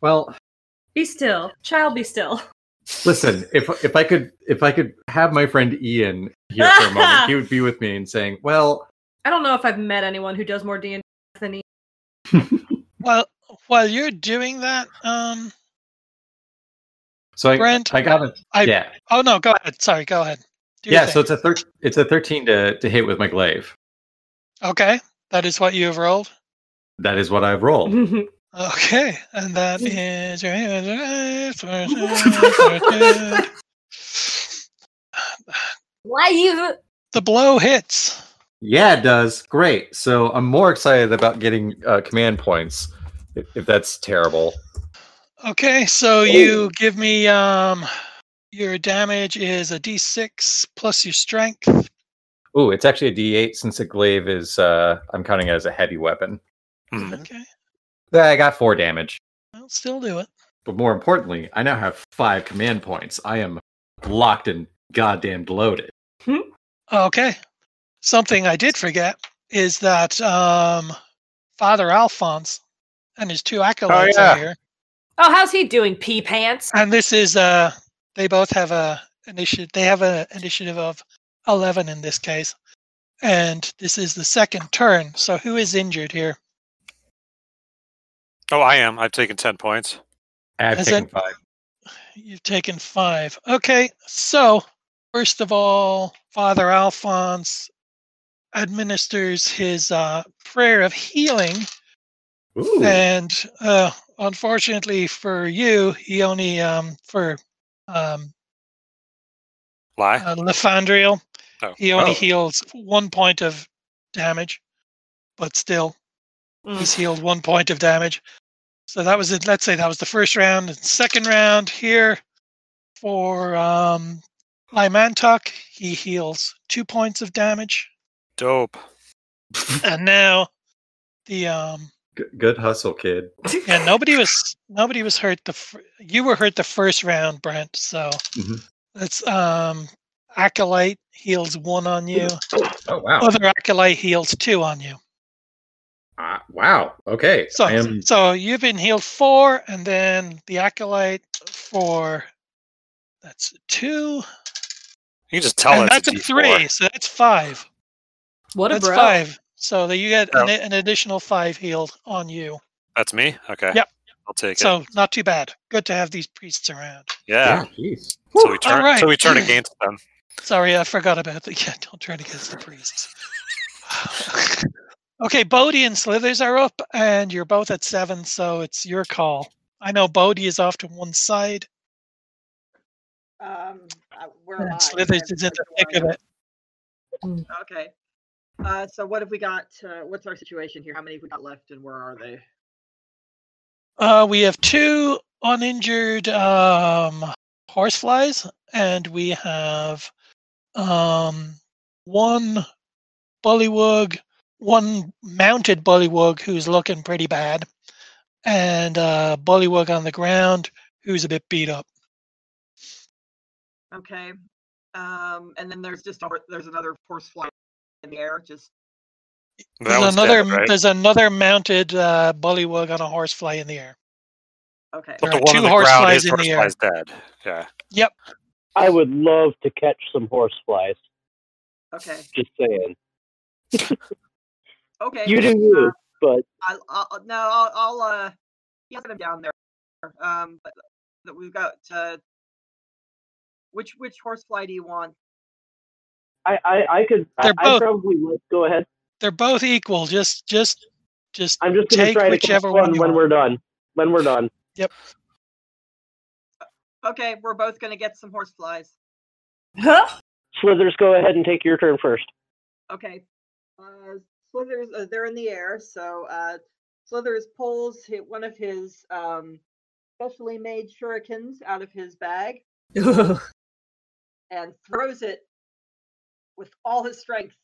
S2: well
S1: Be still. Child, be still.
S2: listen if if I could if I could have my friend Ian here for a moment he would be with me and saying well
S1: I don't know if I've met anyone who does more D&D than he.
S4: Well, while you're doing that, um,
S2: so I
S4: Brent,
S2: I got it
S4: I-
S2: yeah
S4: oh no, go ahead. Sorry, go ahead. Do your
S2: yeah so
S4: thing.
S2: it's a thir- it's a thirteen to to hit with my glaive
S4: okay, that is what you have rolled.
S2: that is what I've rolled.
S1: *laughs*
S4: Okay, and that is your *laughs* the
S8: Why you?
S4: blow hits.
S2: Yeah, it does. Great. So I'm more excited about getting uh, command points. If, if that's terrible,
S4: Okay, so you give me um your damage is a d6 plus your strength.
S2: ooh, it's actually a D8 since a glaive is. Uh, I'm counting it as a heavy weapon. Hmm.
S5: Mhm.
S4: Okay,
S2: Yeah, I got four damage,
S4: I'll still do it.
S2: but more importantly, I now have five command points. I am locked and goddamn loaded.
S4: Okay. Something I did forget is that um, Father Alphonse and his two acolytes
S5: yeah.
S4: are here,
S1: Oh, how's he doing, pee pants?
S4: and this is uh, they both have a initiative. They have an initiative of eleven in this case, and this is the second turn. So who is injured here?
S5: Oh, I am. I've taken ten points.
S2: I've
S4: Has
S2: taken
S4: it-
S2: five.
S4: You've taken five. Okay, so first of all, Father Alphonse administers his uh, prayer of healing
S2: Ooh,
S4: and uh, unfortunately for you, he only um, for um,
S5: Lie.
S4: uh, Lefandriel,
S5: Oh.
S4: he only
S2: Oh.
S4: heals one point of damage, but still he's healed one point of damage. So that was it. Let's say that was the first round. And second round here for um, Lymantok, he heals two points of damage,
S5: Dope.
S4: and now the um,
S2: g- good hustle, kid.
S4: Yeah, nobody was nobody was hurt. The fir- you were hurt the first round, Brent. So
S2: Mhm.
S4: that's um, acolyte heals one on you.
S2: Oh wow!
S4: Other acolyte heals two on you.
S2: Ah, wow. Okay.
S4: So
S2: I am.
S4: so you've been healed four, and then the acolyte for that's two,
S5: You can just tell
S4: and
S5: that's,
S4: that's a, three. So that's five.
S1: What a
S4: that's
S1: bro.
S4: five. So that you get
S5: Oh.
S4: an, an additional five healed on you.
S5: That's me. Okay.
S4: Yep.
S5: I'll take it.
S4: So not too bad. Good to have these priests around.
S5: Yeah.
S2: Yeah. Jeez.
S5: So we turn.
S4: Alright.
S5: So we turn against them.
S4: Sorry, I forgot about the *laughs* yeah. Don't turn against the priests. *laughs* okay, Bodhi and Slithers are up, and you're both at seven, so it's your call. I know Bodhi is off to one side,
S7: Um, uh, where am I?
S4: and
S7: I
S4: Slithers
S7: have
S4: is in the
S7: no
S4: thick
S7: idea.
S4: of it.
S7: Okay. Uh, so what have we got? Uh, what's our situation here? How many have we got left, and where are they?
S4: Uh, we have two uninjured um, horseflies, and we have um, one bullywug, one mounted bullywug who's looking pretty bad, and uh, bullywug on the ground who's a bit beat up.
S7: Okay. Um, and then there's just a, hor- there's another horsefly in the air. Just
S5: That
S4: There's
S5: one's
S4: another,
S5: dead, right?
S4: there's another mounted uh, bullywug on a horsefly in the air.
S7: okay.
S4: there
S5: But the
S4: are
S5: one
S4: uh, two
S5: on the
S4: horse
S5: ground
S4: flies
S5: is
S4: in the air.
S5: horseflies dead. Yeah.
S6: I would love to catch some horseflies.
S7: Okay.
S6: Just saying.
S7: Okay. Uh,
S6: You do you, but
S7: I, I'll, no, I'll, I'll uh, yeah, get him down there. Um, but that we've got uh, which which horsefly do you want?
S6: I, I, I could. I,
S4: They're
S6: I
S4: both-
S6: probably would. Go ahead.
S4: They're both equal. Just, just, just.
S6: I'm just going to
S4: Take
S6: try to catch
S4: whichever one
S6: one
S4: you
S6: when
S4: want.
S6: we're done. When we're done.
S7: Okay, we're both gonna get some horse flies.
S1: Huh?
S6: Slithers, go ahead and take your turn first.
S7: Okay. Uh, Slithers, uh, they're in the air, so uh, Slithers pulls hit one of his um, specially made shurikens out of his bag and throws it with all his strength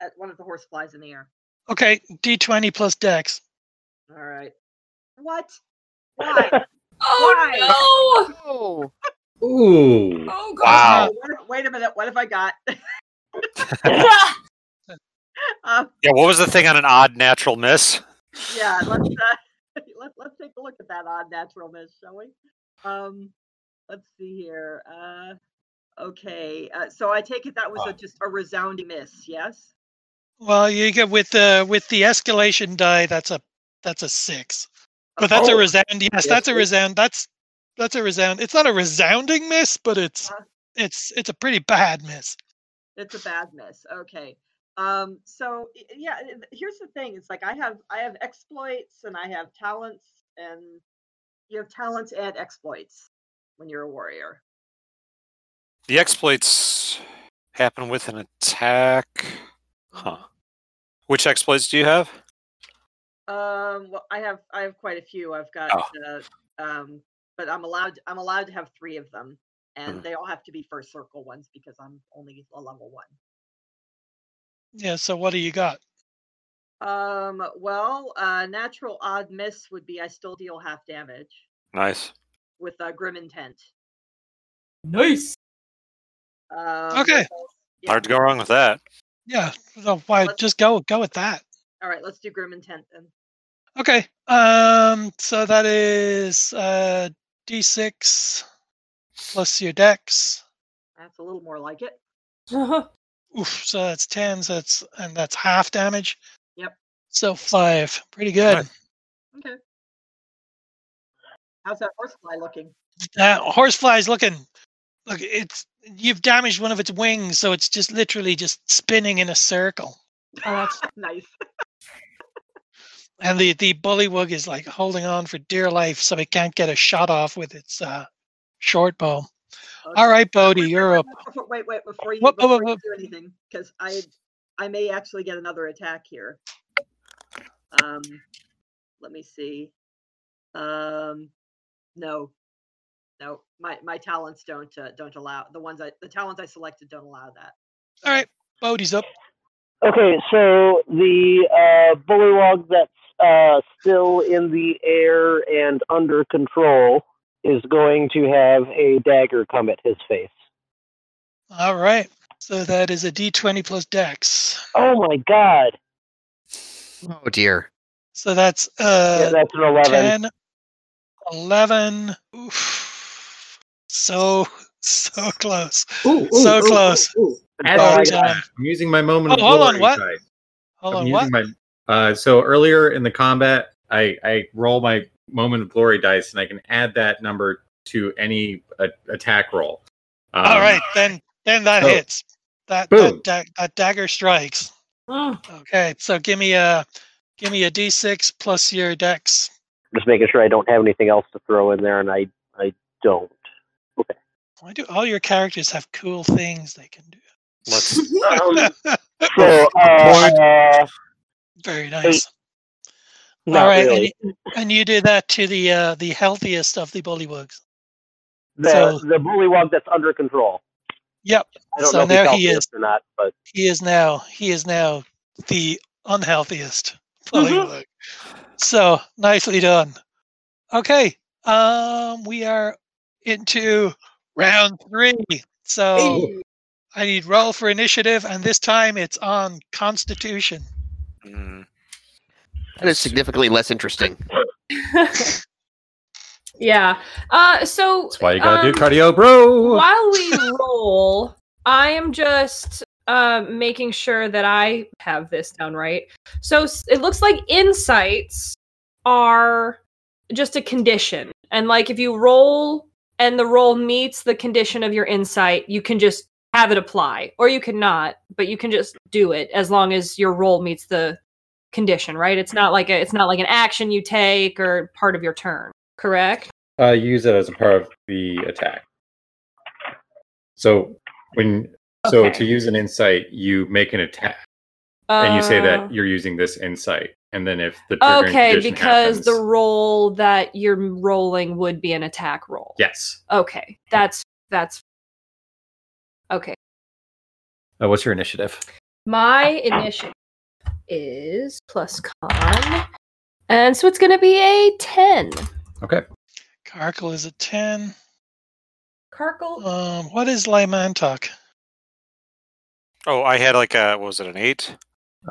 S7: at one of the horse flies in the air.
S4: Okay, D20 plus Dex.
S7: All right. What? Why?
S1: Oh no!
S3: Oh,
S2: Ooh.
S1: Oh
S5: Wow.
S7: Oh, what if- wait a minute. What have I got? *laughs*
S1: god!
S7: uh,
S5: Yeah, what was the thing on an odd natural miss?
S7: yeah, let's uh, *laughs* let, let's take a look at that odd natural miss, shall we? Um, let's see here. Uh, okay, uh, so I take it that
S4: Uh.
S7: was a, just a resounding miss, yes?
S4: Well, you get with the with the escalation die. That's a that's a six. But that's a
S7: Oh.
S4: resound. Yes, that's a resound. That's that's a resound. It's not a resounding miss, but it's
S7: Uh.
S4: it's it's a pretty bad miss.
S7: It's a bad miss. Okay. Um, so y- yeah, uh, here's the thing. It's like I have I have exploits and I have talents, and you have talents and exploits when you're a warrior.
S5: The exploits happen with an attack. Huh. Which exploits do you have?
S7: Um, well, I have I have quite a few. I've got, uh, um, but I'm allowed I'm allowed to have three of them, and
S5: Mhm.
S7: they all have to be first circle ones because I'm only a level one.
S4: Yeah. So what do you got?
S7: Um, well, uh, natural odd miss would be I still deal half damage
S5: Nice.
S7: with uh, grim intent.
S1: Nice.
S7: Um,
S4: Okay.
S7: let's all- yeah,
S5: Hard to go wrong with that.
S4: Yeah. No, why?
S7: Let's-
S4: Just go go with that.
S7: All right, let's do grim intent then.
S4: Okay. Um. So that is uh D6 plus your Dex.
S7: That's a little more like it.
S4: Oof. So that's ten. So that's and that's half damage.
S7: Yep.
S4: So five. Pretty good.
S5: Nice.
S7: Okay. How's that horsefly looking? *laughs*
S4: That horsefly's looking. Look, it's you've damaged one of its wings, so it's just literally just spinning in a circle.
S7: nice.
S4: And the the bullywug is like holding on for dear life, so it can't get a shot off with its uh, short bow. All
S7: Okay.
S4: right, Bodie,
S7: Wait, wait,
S4: you're
S7: wait,
S4: up.
S7: wait, before- Wait, wait, before you,
S4: Whoop, whoop,
S7: before
S4: whoop.
S7: you do anything, because I, I may actually get another attack here. Um, let me see. Um, no, no, my my talents don't uh, don't allow the ones I the talents I selected don't allow that.
S4: All right, Bodie's up.
S6: Okay, so the uh, bullywog that's uh, still in the air and under control is going to have a dagger come at his face.
S4: All right, so that is a D20 plus Dex.
S6: Oh my god!
S3: oh dear.
S4: So that's
S6: Yeah,
S4: uh
S6: that's an 11.
S4: 10, 11. Oof. So *laughs* so close.
S2: Ooh, ooh,
S4: So
S2: ooh,
S4: close.
S2: Ooh, ooh.
S6: Oh, I
S2: As
S6: got
S2: we-
S4: Um,
S2: I'm using my moment
S4: Oh,
S2: of
S4: hold on,
S2: glory
S4: what?
S2: die.
S4: hold
S2: I'm
S4: on, what?
S2: using my. Uh, so earlier in the combat, I I roll my moment of glory dice, and I can add that number to any uh, attack roll. Um,
S4: All right, then then that
S2: so-
S4: hits. That
S2: Boom.
S4: that, da- that dagger strikes. Okay, so give me a give me a d6 plus your dex.
S6: Just making sure I don't have anything else to throw in there, and I, I
S4: *laughs*
S6: don't.
S4: Why do all your characters have cool things they can do? *laughs*
S5: Let's
S6: Um, so,
S5: Point.
S6: uh,
S4: Very nice.
S6: not
S4: all right,
S6: really.
S4: and, you, and you do that to the uh, the healthiest of the bullywogs.
S6: the
S4: So-
S6: the bullywog that's under control.
S4: Yep,
S6: I don't
S4: So
S6: know if
S4: now
S6: he's
S4: he
S6: healthy
S4: is.
S6: or not, but
S4: he is now he is now the unhealthiest
S2: Mm-hmm.
S4: bullywog. So nicely done. Okay, um, we are into round three. So.
S2: Hey.
S4: I need roll for initiative, and this time it's on Constitution.
S5: Mm,
S3: That is significantly less interesting.
S1: *laughs* yeah. Uh, so
S2: That's why you gotta do
S1: Um,
S2: cardio, bro.
S1: while we roll, I am just uh, making sure that I have this down right. So s- it looks like insights are just a condition, and like if you roll and the roll meets the condition of your insight, you can just have it apply, or you cannot, but you can just do it as long as your role meets the condition, right? It's not like a, it's not like an action you take or part of your turn, correct?
S2: Uh, you use it as a part of the attack. So when so
S1: Okay.
S2: to use an insight, you make an attack, and you say
S1: Uh,
S2: that you're using this insight, and then if the triggering
S1: Okay,
S2: condition
S1: because
S2: happens,
S1: the roll that you're rolling would be an attack roll.
S2: yes.
S1: Okay, that's that's okay.
S2: Uh, what's your initiative?
S1: My initiative is plus con, and so it's going to be a ten.
S2: Okay.
S4: Karkle is a 10.
S1: Karkle,
S4: Um, what is Lymantok?
S5: Oh, I had like a what was it an eight?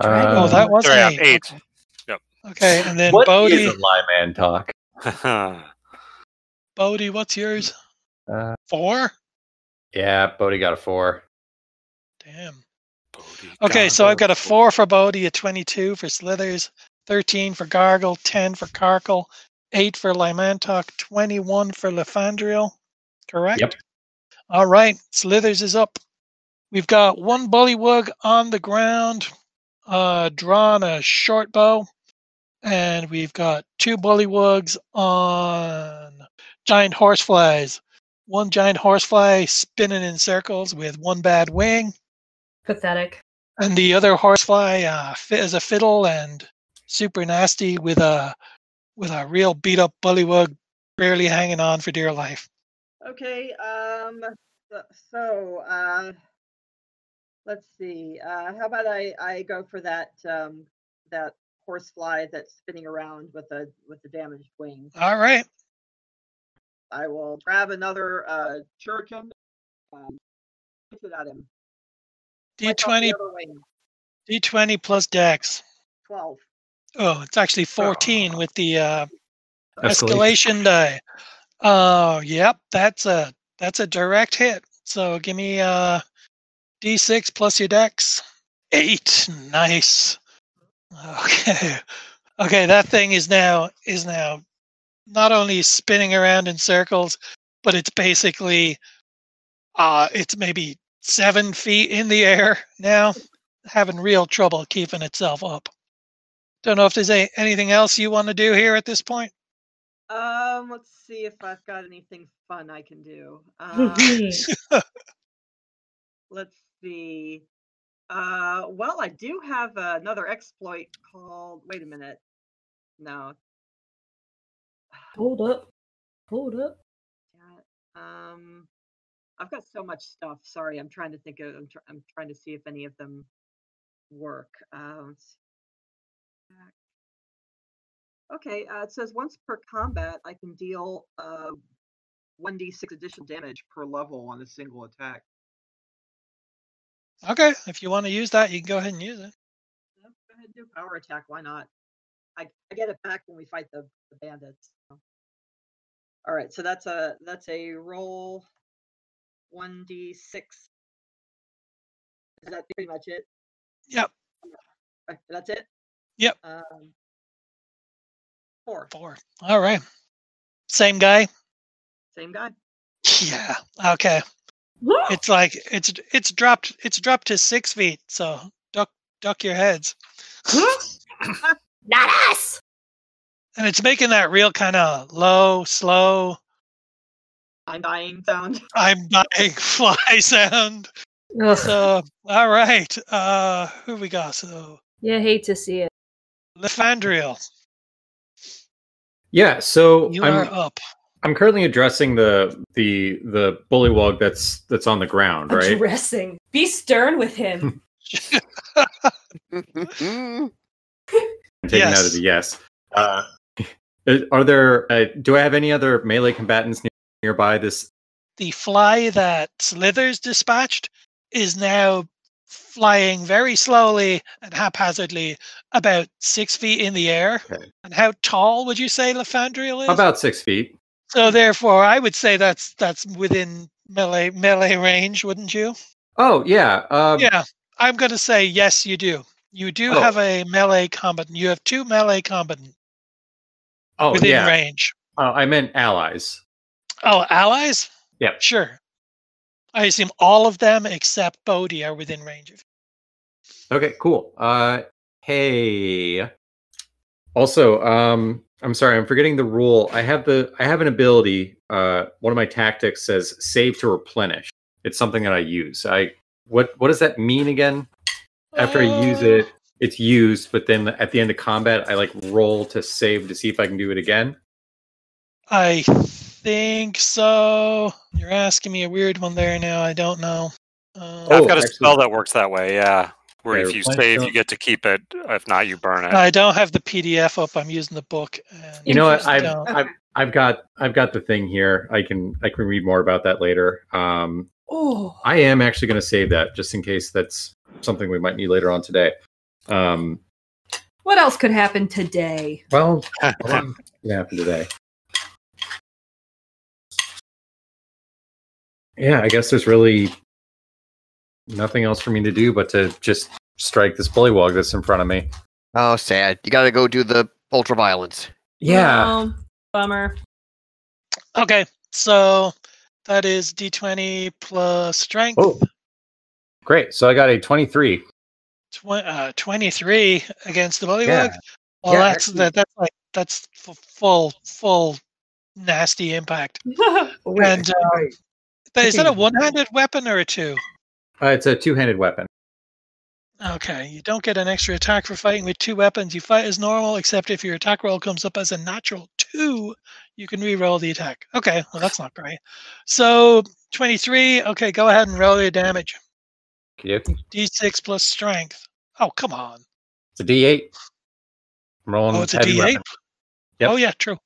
S4: oh,
S2: Uh,
S4: that was
S5: Sorry,
S4: an
S5: I'm
S4: eight.
S5: eight.
S4: Okay, and then
S2: what
S4: Bodhi.
S2: is a lie man talk?
S5: *laughs*
S4: Bodhi, what's yours?
S2: Uh,
S4: Four?
S2: yeah, Bodhi got a four.
S4: Damn.
S5: Bodhi
S4: Okay, so I've got a
S5: Gargoyle.
S4: four for Bodhi, a 22 for Slithers, 13 for Gargle, 10 for Karkle, 8 for Lymantok, 21 for Lefandriel. Correct?
S2: Yep.
S4: All right, Slithers is up. We've got one Bullywug on the ground, uh, drawn a short bow, and we've got two Bullywugs on giant horseflies. One giant horsefly spinning in circles with one bad wing,
S1: pathetic. *laughs*
S4: and the other horsefly uh, fit as a fiddle and super nasty with a with a real beat up Bullywug barely hanging on for dear life.
S7: Okay, um, so- so, uh, let's see, uh, how about I, I go for that, um, that horsefly that's spinning around with a, with the damaged wing.
S4: All right.
S7: I will grab another, uh, shuriken, um, hit it at him. Flick off
S4: D20
S7: the other wing.
S4: D20 plus dex.
S7: Twelve.
S4: Oh, it's actually 14 with the uh,
S2: Escalation.
S4: escalation die. Oh, yep, that's a that's a direct hit. So give me uh d6 plus your dex. 8. Nice. Okay. *laughs* Okay, that thing is now is now not only spinning around in circles, but it's basically uh it's maybe 7 feet in the air now, having real trouble keeping itself up. Don't know if there's a- anything else you want to do here at this point.
S7: Um, let's see if I've got anything fun I can do. Um, let's see. Uh, well, I do have another exploit called. Wait a minute. No. *sighs*
S1: Hold up, hold up.
S7: yeah, Um, I've got so much stuff. Sorry, I'm trying to think of. I'm, tr- I'm trying to see if any of them work. Uh, let's see. Back. Okay, uh, it says once per combat, I can deal uh, 1d6 additional damage per level on a single attack.
S4: Okay, if you want to use that, you can go ahead and use it.
S7: Yep, Go ahead and do power attack. Why not? I, I get it back when we fight the, the bandits. so. All right, so that's a that's a roll. One d six. Is that pretty much it?
S4: Yep.
S7: Uh, That's it.
S4: Yep.
S7: Um, four.
S4: Four. All right. Same guy. *coughs*
S7: Same guy. *coughs*
S4: Yeah. Okay. It's like it's it's dropped it's dropped to six feet. So duck duck your heads.
S8: Not us.
S4: And it's making that real kind of low, slow.
S7: I'm dying sound.
S4: I'm dying *laughs* fly sound.
S1: *gasps* Ugh,
S4: So all right. Uh, who we got? So
S1: you hate to see it.
S4: Lefandriel,
S2: Yeah, so
S4: you
S2: I'm
S4: are up.
S2: I'm currently addressing the the the bullywog that's that's on the ground, right?
S1: Addressing. Be stern with
S2: *laughs*
S1: him.
S2: I'm taking that
S4: Yes.
S2: as a yes. Uh, is- are there? Uh, do I have any other melee combatants near, nearby? This
S4: the fly that Slithers dispatched is now flying very slowly and haphazardly about six feet in the air.
S2: Okay.
S4: And how tall would you say Lefandriel is?
S2: about six feet.
S4: so therefore, I would say that's that's within melee melee range, wouldn't you?
S2: Oh yeah, um,
S4: yeah, I'm going to say yes. You do. You do
S2: Oh.
S4: have a melee combatant. You have two melee combatant
S2: Oh
S4: within
S2: yeah.
S4: range.
S2: Uh, I meant allies.
S4: Oh, allies?
S2: Yep.
S4: Sure. I assume all of them except Bodhi are within range of.
S2: Okay, cool. Uh, hey. Also, um, I'm sorry, I'm forgetting the rule. I have the I have an ability. Uh, one of my tactics says save to replenish. It's something that I use. I what what does that mean again? After I use it,
S4: Uh.
S2: it's used, but then at the end of combat, I like roll to save to see if I can do it again.
S4: I think so. You're asking me a weird one there now. I don't know. Um,
S2: Oh,
S5: I've got a spell
S2: excellent.
S5: that works that way. Yeah, where
S2: Yeah,
S5: if you
S2: replenish
S5: save,
S2: them.
S5: you get to keep it. If not, you burn it.
S4: I don't have the PDF up. I'm using the book. And
S2: You know what?
S4: I
S2: I've,
S4: don't.
S2: I've I've got I've got the thing here. I can I can read more about that later. Um,
S1: Oh.
S2: I am actually going to save that just in case that's something we might need later on today. Um,
S1: What else could happen today?
S4: *laughs*
S2: well,
S4: Uh,
S5: *laughs*
S2: a lot can happen today. Yeah, I guess there's really nothing else for me to do but to just strike this bullywog that's in front of me.
S3: Oh, sad. You gotta go do the ultra violence.
S2: Yeah.
S1: Oh, bummer.
S4: Okay, so that is D20 plus strength.
S2: Oh, great. So I got a 23.
S4: Tw- uh, 23 against the bullywug.
S2: Yeah.
S4: Well,
S2: Yeah,
S4: that's
S2: actually-
S4: that, that's like that's f- full full nasty impact. and uh,
S7: *laughs*
S4: but is that a
S2: think-
S4: one-handed weapon or a two?
S2: Uh, it's a two handed weapon.
S4: Okay, you don't get an extra attack for fighting with two weapons. You fight as normal, except if your attack roll comes up as a natural two, you can re-roll the attack. Okay, well that's not great. So 23. Okay, go ahead and roll your damage.
S2: Okey-dokey.
S4: D6 plus strength. Oh come on.
S2: It's a D8. I'm rolling
S4: Oh,
S2: with
S4: it's a
S2: heavy
S4: D8.
S2: weapon. Yep.
S4: Oh yeah, true.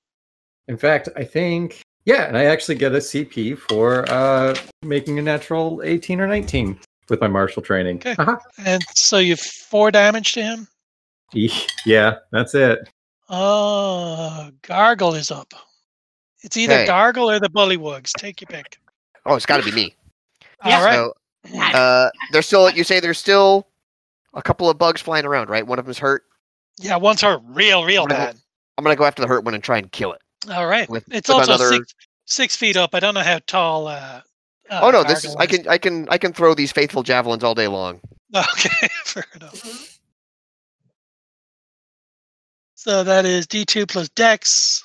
S2: In fact, I think yeah, and I actually get a CP for uh, making a natural eighteen or nineteen with my martial training. Uh-huh.
S4: Okay.
S2: Haha.
S4: And so you have four damage to him.
S2: Eesh. yeah, that's it.
S4: Oh, Gargle is up. It's either
S3: Hey.
S4: Gargle or the Bullywugs. Take your pick.
S3: Oh, it's gotta
S4: *laughs*
S3: be me.
S8: Yeah.
S4: All right.
S3: So, uh, there's still you say there's still a couple of bugs flying around, right? One of them's hurt.
S4: Yeah, one's her real, real
S3: I'm gonna-
S4: bad.
S3: I'm gonna go after the hurt one and try and kill it.
S4: All right.
S3: with-
S4: It's
S3: with
S4: also
S3: another-
S4: six six feet up. I don't know how tall. Uh, uh,
S3: oh no, this is
S4: Gargle
S3: I can I can I can throw these faithful javelins all day long.
S4: *laughs* Okay, fair enough. So that is D2 plus Dex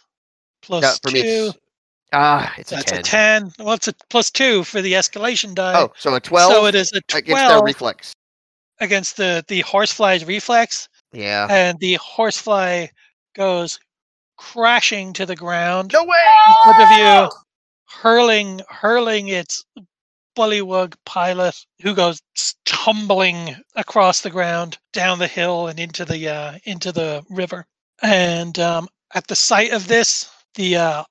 S4: plus
S3: Yeah, for me,
S4: two.
S3: it's, ah, it's a
S4: That's
S3: ten.
S4: a ten. Well, it's a plus two for the escalation die.
S3: Oh, so a twelve
S4: so it is a twelve
S3: against their reflex.
S4: against the the horsefly's reflex.
S3: Yeah.
S4: and the horsefly goes crashing to the ground
S3: No way.
S4: in front of you, hurling hurling its bullywug pilot, who goes tumbling across the ground, down the hill, and into the uh, into the river. And um, at the sight of this, the uh,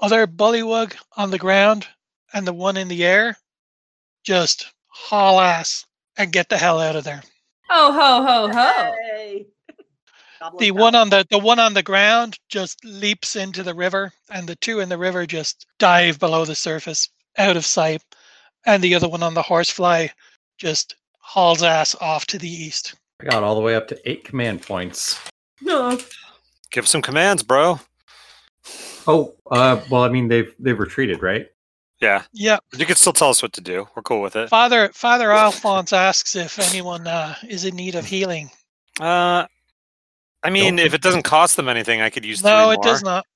S4: other bullywug on the ground and the one in the air just haul ass and get the hell out of there.
S1: Oh ho ho ho.
S7: Yay. *laughs* Goblin
S4: the
S7: power.
S5: uh
S4: one on the the one on the ground just leaps into the river and the two in the river just dive below the surface out of sight and the other one on the horsefly just hauls ass off to the east
S2: I got all the way up to eight command points.
S1: No.
S5: Give some commands, bro.
S2: Oh, uh, well, I mean they've they've retreated, right?
S5: Yeah,
S4: yeah
S5: you can still tell us what to do. We're cool with it.
S4: father
S5: *laughs*
S4: father alphonse asks if anyone uh, is in need of healing
S5: Uh, I mean, if it doesn't cost them anything, I could use.
S4: no
S5: three
S4: it does
S5: more.
S4: not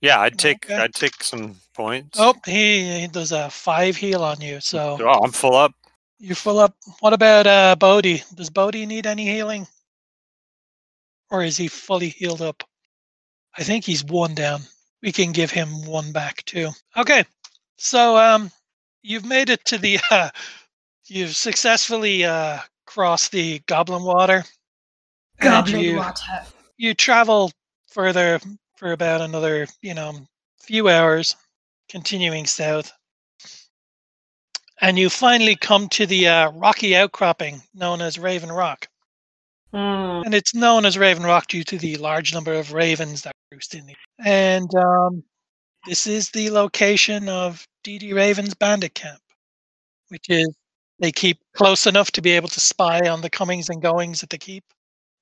S5: Yeah, I'd take.
S4: Okay.
S5: I'd take some points.
S4: oh he, he does a five heal on you so
S5: Oh, I'm full up. *laughs*
S4: you're full up what about uh bodhi does bodhi need any healing or is he fully healed up? I think he's one down. We can give him one back too. Okay, so um, you've made it to the. *laughs* Uh, you've successfully uh, crossed the Goblin Water. and
S1: Goblin
S4: you,
S1: water.
S4: You travel further for about another, you know, few hours, continuing south, and you finally come to the uh, rocky outcropping known as Raven Rock.
S1: Mm.
S4: and it's known as Raven Rock due to the large number of ravens that roost in it. And um, this is the location of DD Raven's bandit camp, which is they keep close enough to be able to spy on the comings and goings at the keep,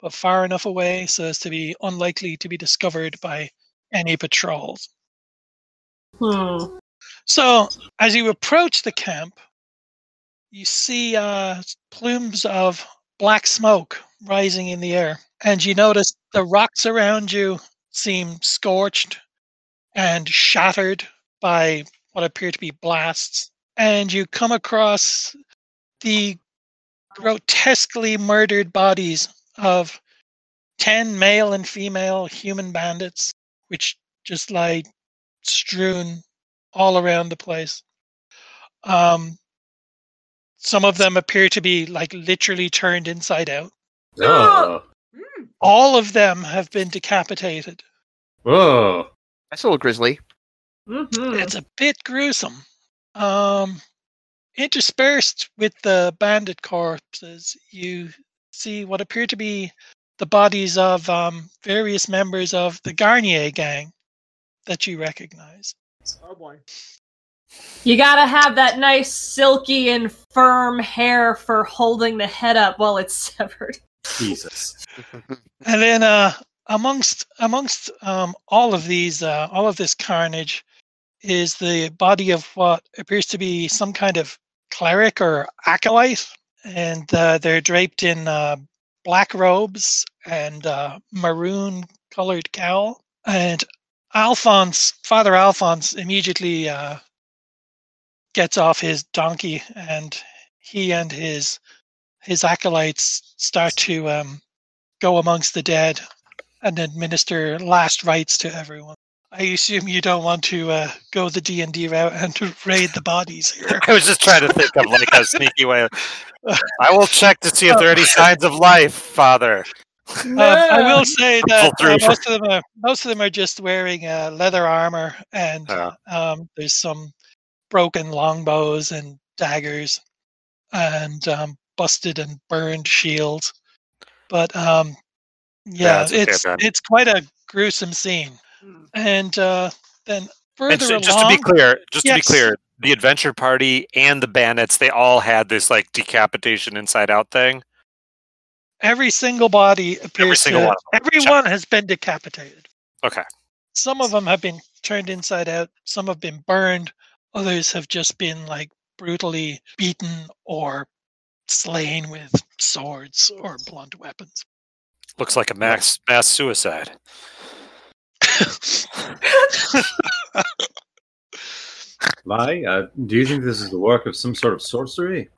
S4: but far enough away so as to be unlikely to be discovered by any patrols.
S1: Hmm.
S4: So as you approach the camp, you see uh, plumes of black smoke rising in the air, and you notice the rocks around you seem scorched and shattered by what appear to be blasts. And you come across the grotesquely murdered bodies of 10 male and female human bandits, which just lie strewn all around the place. Um, some of them appear to be like literally turned inside out.
S2: Oh.
S7: Mm,
S4: All of them have been decapitated.
S2: Whoa.
S3: That's a little grisly.
S1: Mm-hmm.
S4: It's a bit gruesome. Um, interspersed with the bandit corpses, you see what appear to be the bodies of um, various members of the Garnier gang that you recognize.
S7: oh boy.
S1: You gotta have that nice, silky, and firm hair for holding the head up while it's *laughs* severed.
S2: Jesus.
S4: And then uh, amongst amongst um, all of these uh, all of this carnage is the body of what appears to be some kind of cleric or acolyte, and uh, they're draped in uh, black robes and uh, maroon colored cowl. And Alphonse, Father Alphonse, immediately uh, gets off his donkey, and he and his his acolytes start to um, go amongst the dead and administer last rites to everyone. I assume you don't want to uh, go the D and D route and *laughs* raid the bodies here.
S5: I was just trying to think of like a
S4: *laughs*
S5: sneaky way. I will check to see if there are any signs of life, Father.
S4: Um, I will say that
S5: Pull
S4: uh,
S5: through.
S4: most of them are most of them are just wearing uh, leather armor, and
S5: Uh,
S4: um, there's some broken longbows and daggers, and um, busted and burned shields. But um,
S5: Yeah,
S4: yeah,
S5: it's okay,
S4: it's
S5: Ben.
S4: it's quite a gruesome scene.
S7: Mm.
S4: And uh, then
S5: and
S4: further
S5: so-
S4: along,
S5: just to be clear, just to be
S4: Yes.
S5: clear, the adventure party and the bandits—they all had this like decapitation inside out thing.
S4: every single body appears
S5: single
S4: to
S5: one of them.
S4: everyone has been decapitated.
S5: Okay.
S4: Some of them have been turned inside out. Some have been burned. Others have just been like brutally beaten or slain with swords or blunt weapons. *laughs*
S5: Looks like a mass mass suicide.
S2: Lai, uh, do you think this is the work of some sort of sorcery?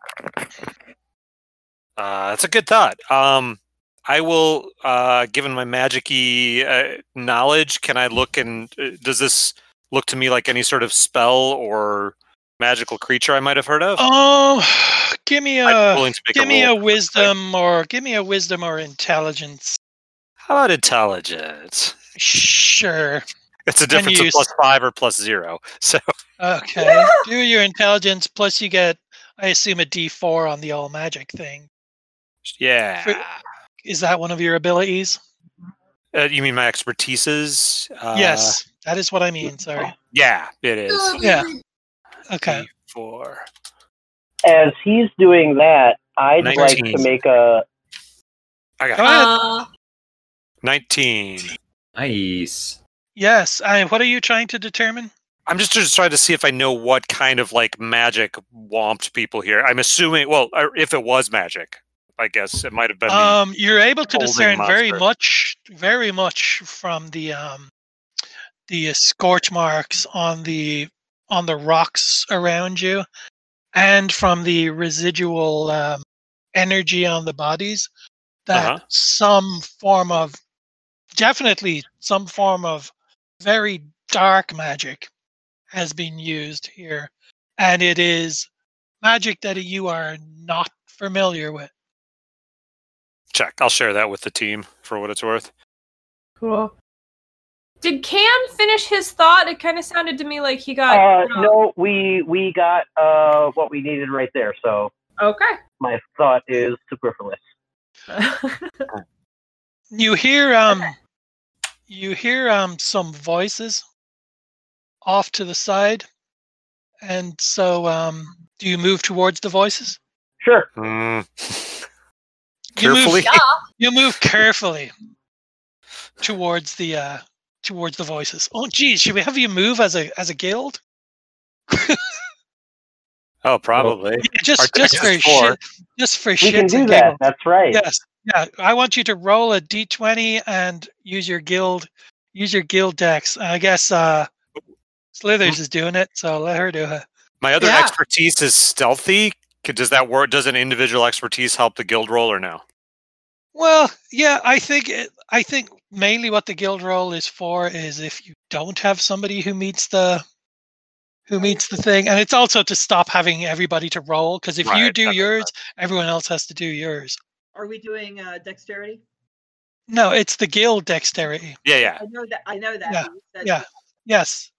S5: Uh, that's a good thought. Um, I will, uh, given my magic-y uh, knowledge, can I look and uh, does this look to me like any sort of spell or magical creature I might have heard of?
S4: oh, give me a
S5: I'm willing to make
S4: give me a
S5: roll.
S4: wisdom or give me a wisdom or intelligence.
S5: How about intelligence?
S4: Sure.
S5: It's a difference of
S4: use.
S5: plus five or plus zero. *laughs* So
S4: Okay. Do your intelligence plus you get I assume a D4 on the all magic thing.
S5: yeah,
S4: Is that one of your abilities?
S5: uh, you mean my expertises? Uh,
S4: yes. That is what I mean, sorry.
S5: Yeah, it is.
S4: Yeah. Okay.
S5: Four.
S6: As he's doing that, I'd like to
S5: 19.
S6: make a
S5: I got
S4: Go
S5: it.
S4: ahead.
S1: Uh,
S5: nineteen.
S2: Nice.
S4: yes. I, what are you trying to determine?
S5: I'm just just trying to see if I know what kind of like magic womped people here. I'm assuming, well, or if it was magic, I guess it might have been. the-
S4: Um, you're able to
S5: holding
S4: discern very
S5: monster.
S4: much, very much from the um, the uh, scorch marks on the on the rocks around you, and from the residual um, energy on the bodies that
S5: Uh-huh.
S4: some form of definitely some form of very dark magic has been used here, and it is magic that you are not familiar with.
S5: check. I'll share that with the team for what it's worth.
S1: cool. Did Cam finish his thought? It kind of sounded to me like he got.
S6: Uh, no, we we got uh, what we needed right there. So
S1: *laughs*
S6: my thought is superfluous.
S1: Okay.
S4: You hear um you hear um some voices off to the side. And so um do you move towards the voices?
S6: Sure.
S4: *laughs*
S5: Mm.
S4: You move-
S5: Carefully.
S4: You move carefully towards the uh towards the voices. Oh geez, should we have you move as a as a guild?
S5: Oh, probably.
S4: Yeah, just,
S5: Our
S4: just
S5: text
S4: for
S5: is four.
S4: shit, just for
S6: We
S4: shit
S6: can
S4: and
S6: do
S4: giggles.
S6: that. That's right.
S4: Yes. Yeah. I want you to roll a D twenty and use your guild use your guild dex. I guess uh Slithers is doing it, so let her do it.
S5: My other
S1: Yeah.
S5: expertise is stealthy. Could- Does that work? Does an individual expertise help the guild roll or no?
S4: Well, yeah, I think it, I think mainly what the guild role is for is if you don't have somebody who meets the who meets the thing, and it's also to stop having everybody to roll because if you
S5: Right, that
S4: do
S5: makes
S4: yours, everyone else has to do yours.
S7: Are we doing uh, dexterity?
S4: No, it's the guild dexterity.
S5: Yeah, yeah.
S7: I know that. I know that.
S4: Yeah,
S7: but you said-
S4: yeah. Yes,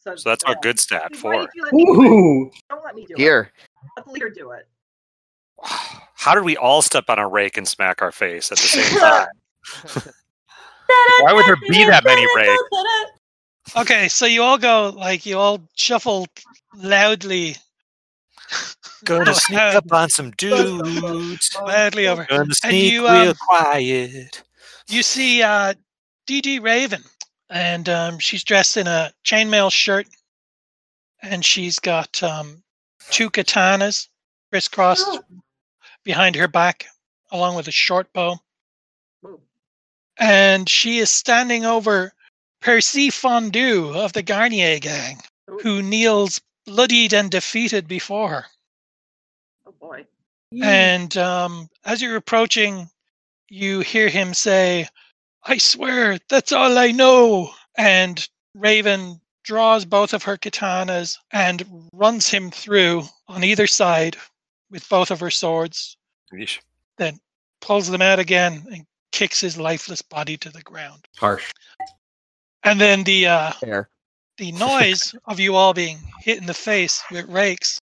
S5: So that's our good stat
S7: See, why
S5: four.
S7: did you let me do it?
S9: Ooh.
S7: Don't let me do it.
S3: Here,
S7: Let the leader do it.
S5: *sighs* How did we all step on a rake and smack our face at the same time? Why would there be that many rakes?
S4: Okay, so you all go like you all shuffle loudly,
S5: Gonna
S4: sneak up
S5: on some dudes.
S4: loudly over.
S5: Gonna
S4: sneak you, um, real
S5: quiet.
S4: You see, uh, DD Raven, and um, she's dressed in a chainmail shirt, and she's got um, two katanas crisscrossed behind her back, along with a short bow.
S7: Boom.
S4: And she is standing over Percy Fondue of the Garnier gang,
S7: Ooh.
S4: who kneels bloodied and defeated before her.
S7: Oh boy.
S4: And um, as you're approaching, you hear him say, I swear, that's all I know. And Raven draws both of her katanas and runs him through on either side with both of her swords,
S5: Yeesh.
S4: pulls them out again, and kicks his lifeless body to the ground.
S2: Harsh.
S4: And then the uh,
S3: there.
S4: the noise of you all being hit in the face with rakes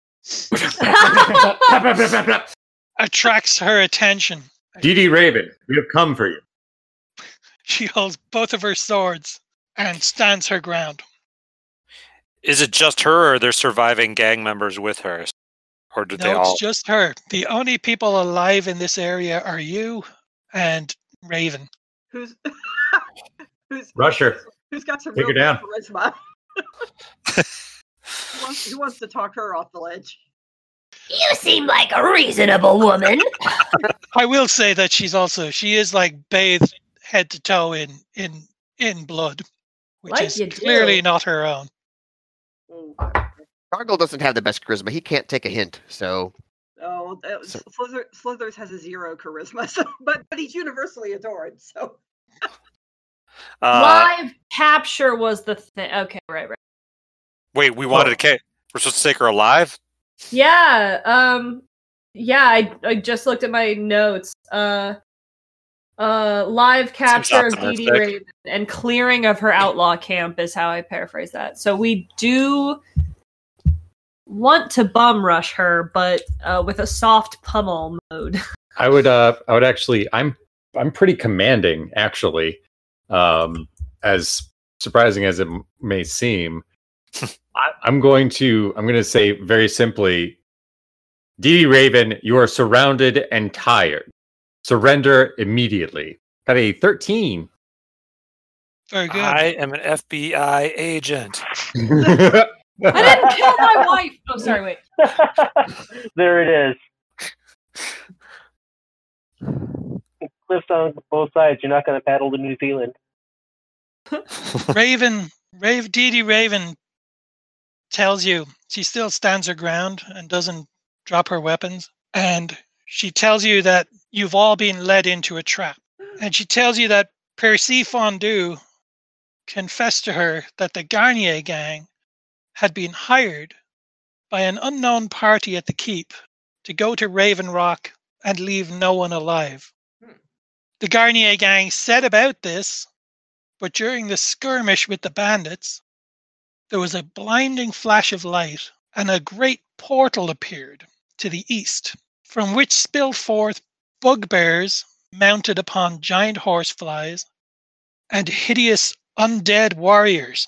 S4: attracts her attention.
S2: DD Raven, we have come for you.
S4: She holds both of her swords and stands her ground.
S5: Is it just her or are there surviving gang members with her? Or did they
S4: No,
S5: all?
S4: it's just her. The only people alive in this area are you and Raven.
S7: Who's *laughs* who's
S2: Rush her.
S7: who's got some
S2: Take her
S7: real
S2: down.
S7: charisma? *laughs* who, wants, who wants to talk her off the ledge?
S8: You seem like a reasonable woman.
S4: I will say that she's also she is like bathed head to toe in in in blood, which
S1: Like
S4: is
S1: you do.
S4: clearly not her own.
S7: Oh,
S3: Gargle doesn't have the best charisma. He can't take a hint. So
S7: oh that was-
S3: So-
S7: Slither, Slithers has a zero charisma, *laughs* so, but but he's universally adored. So
S5: Uh,
S1: Live capture was the thing. Okay, right, right.
S5: wait, we wanted
S2: Oh.
S5: to kick. We're supposed to take her alive?
S1: Yeah. Um. Yeah. I I just looked at my notes. Uh. Uh. Live capture of DD
S5: optimistic.
S1: Raven and clearing of her outlaw camp is how I paraphrase that. So we do want to bum rush her, but uh, with a soft pummel mode. *laughs*
S2: I would uh I would actually I'm I'm pretty commanding actually. Um as surprising as it m- may seem. I, I'm going to I'm gonna say very simply, DD Raven, you are surrounded and tired. Surrender immediately. Got a 13.
S4: Very good.
S5: I am an FBI
S4: *laughs*
S5: agent.
S1: I didn't kill
S2: *laughs*
S1: my wife. Oh, sorry. Wait.
S6: *laughs* there it is. Cliffs on both sides. You're not going to paddle to New Zealand.
S4: Raven, Rave Dee Dee Raven tells you she still stands her ground and doesn't drop her weapons. And she tells you that you've all been led into a trap. And she tells you that Percy Fondue confessed to her that the Garnier gang had been hired by an unknown party at the keep to go to Raven Rock and leave no one alive.
S7: Hmm.
S4: The Garnier gang said about this but during the skirmish with the bandits, there was a blinding flash of light and a great portal appeared to the east, from which spilled forth bugbears mounted upon giant horseflies and hideous undead warriors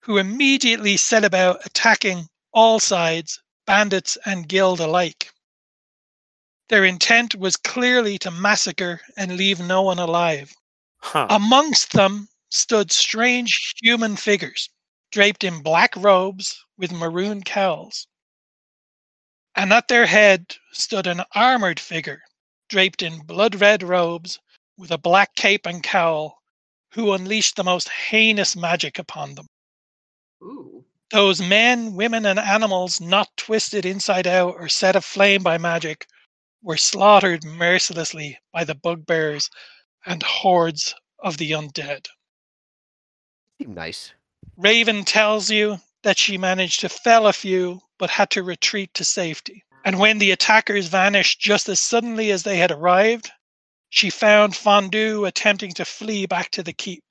S4: who immediately set about attacking all sides, bandits and guild alike. Their intent was clearly to massacre and leave no one alive.
S5: Huh.
S4: Amongst them stood strange human figures, draped in black robes with maroon cowls. and at their head stood an armored figure draped in blood red robes with a black cape and cowl, who unleashed the most heinous magic upon them.
S7: Ooh.
S4: Those men, women, and animals not twisted inside out or set aflame by magic were slaughtered mercilessly by the bugbears and hordes of the undead.
S3: Seem nice.
S4: Raven tells you that she managed to fell a few but had to retreat to safety. And when the attackers vanished just as suddenly as they had arrived, she found Fondue attempting to flee back to the keep.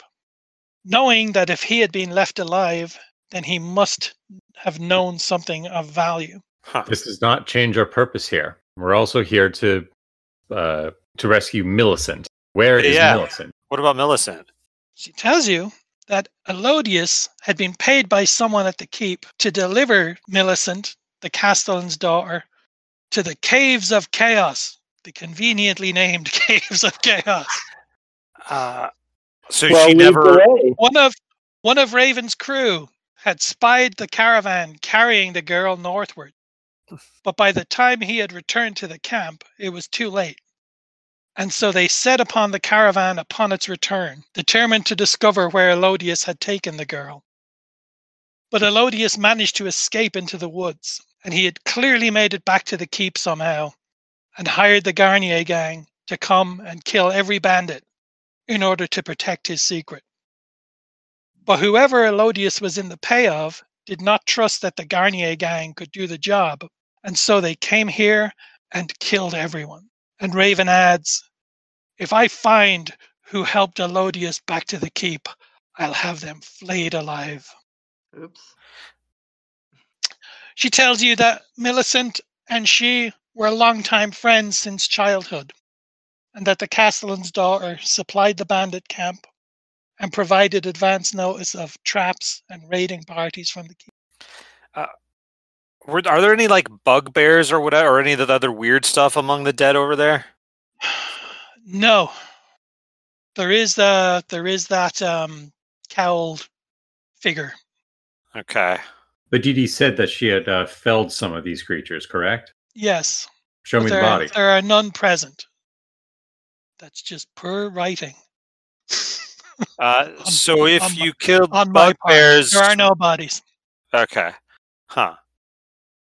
S4: Knowing that if he had been left alive, then he must have known something of value.
S5: Huh.
S2: This does not change our purpose here. We're also here to uh, to rescue Millicent. Where is
S5: Yeah.
S2: Millicent?
S5: What about Millicent?
S4: She tells you that Elodius had been paid by someone at the keep to deliver Millicent, the castellan's daughter, to the Caves of Chaos, the conveniently named *laughs* Caves of Chaos.
S5: Uh, so
S6: well,
S5: she
S6: lead
S5: never.
S6: the way.
S4: One of one of Raven's crew had spied the caravan carrying the girl northward, but by the time he had returned to the camp, it was too late. And so they set upon the caravan upon its return, determined to discover where Elodius had taken the girl. But Elodius managed to escape into the woods, and he had clearly made it back to the keep somehow, and hired the Garnier gang to come and kill every bandit in order to protect his secret. But whoever Elodius was in the pay of did not trust that the Garnier gang could do the job, and so they came here and killed everyone. And Raven adds, If I find who helped Elodius back to the keep, I'll have them flayed alive.
S7: Oops. *sighs*
S4: She tells you that Millicent and she were longtime friends since childhood, and that the castellan's daughter supplied the bandit camp and provided advance notice of traps and raiding parties from the keep.
S5: Were, are there any like bugbears or whatever, or any of the other weird stuff among the dead over there?
S4: No, there is the there is that um, cowled figure.
S5: Okay.
S2: But Didi said that she had uh, felled some of these creatures, correct?
S4: Yes,
S2: Show
S4: but
S2: me the
S4: there,
S2: body.
S4: there are none present. That's just
S2: *laughs*
S4: poor writing.
S5: Uh,
S4: On-
S5: so
S4: on
S5: if
S4: my-
S5: you kill
S4: On my part,
S5: bugbears,
S4: there are no bodies.
S5: Okay. Huh.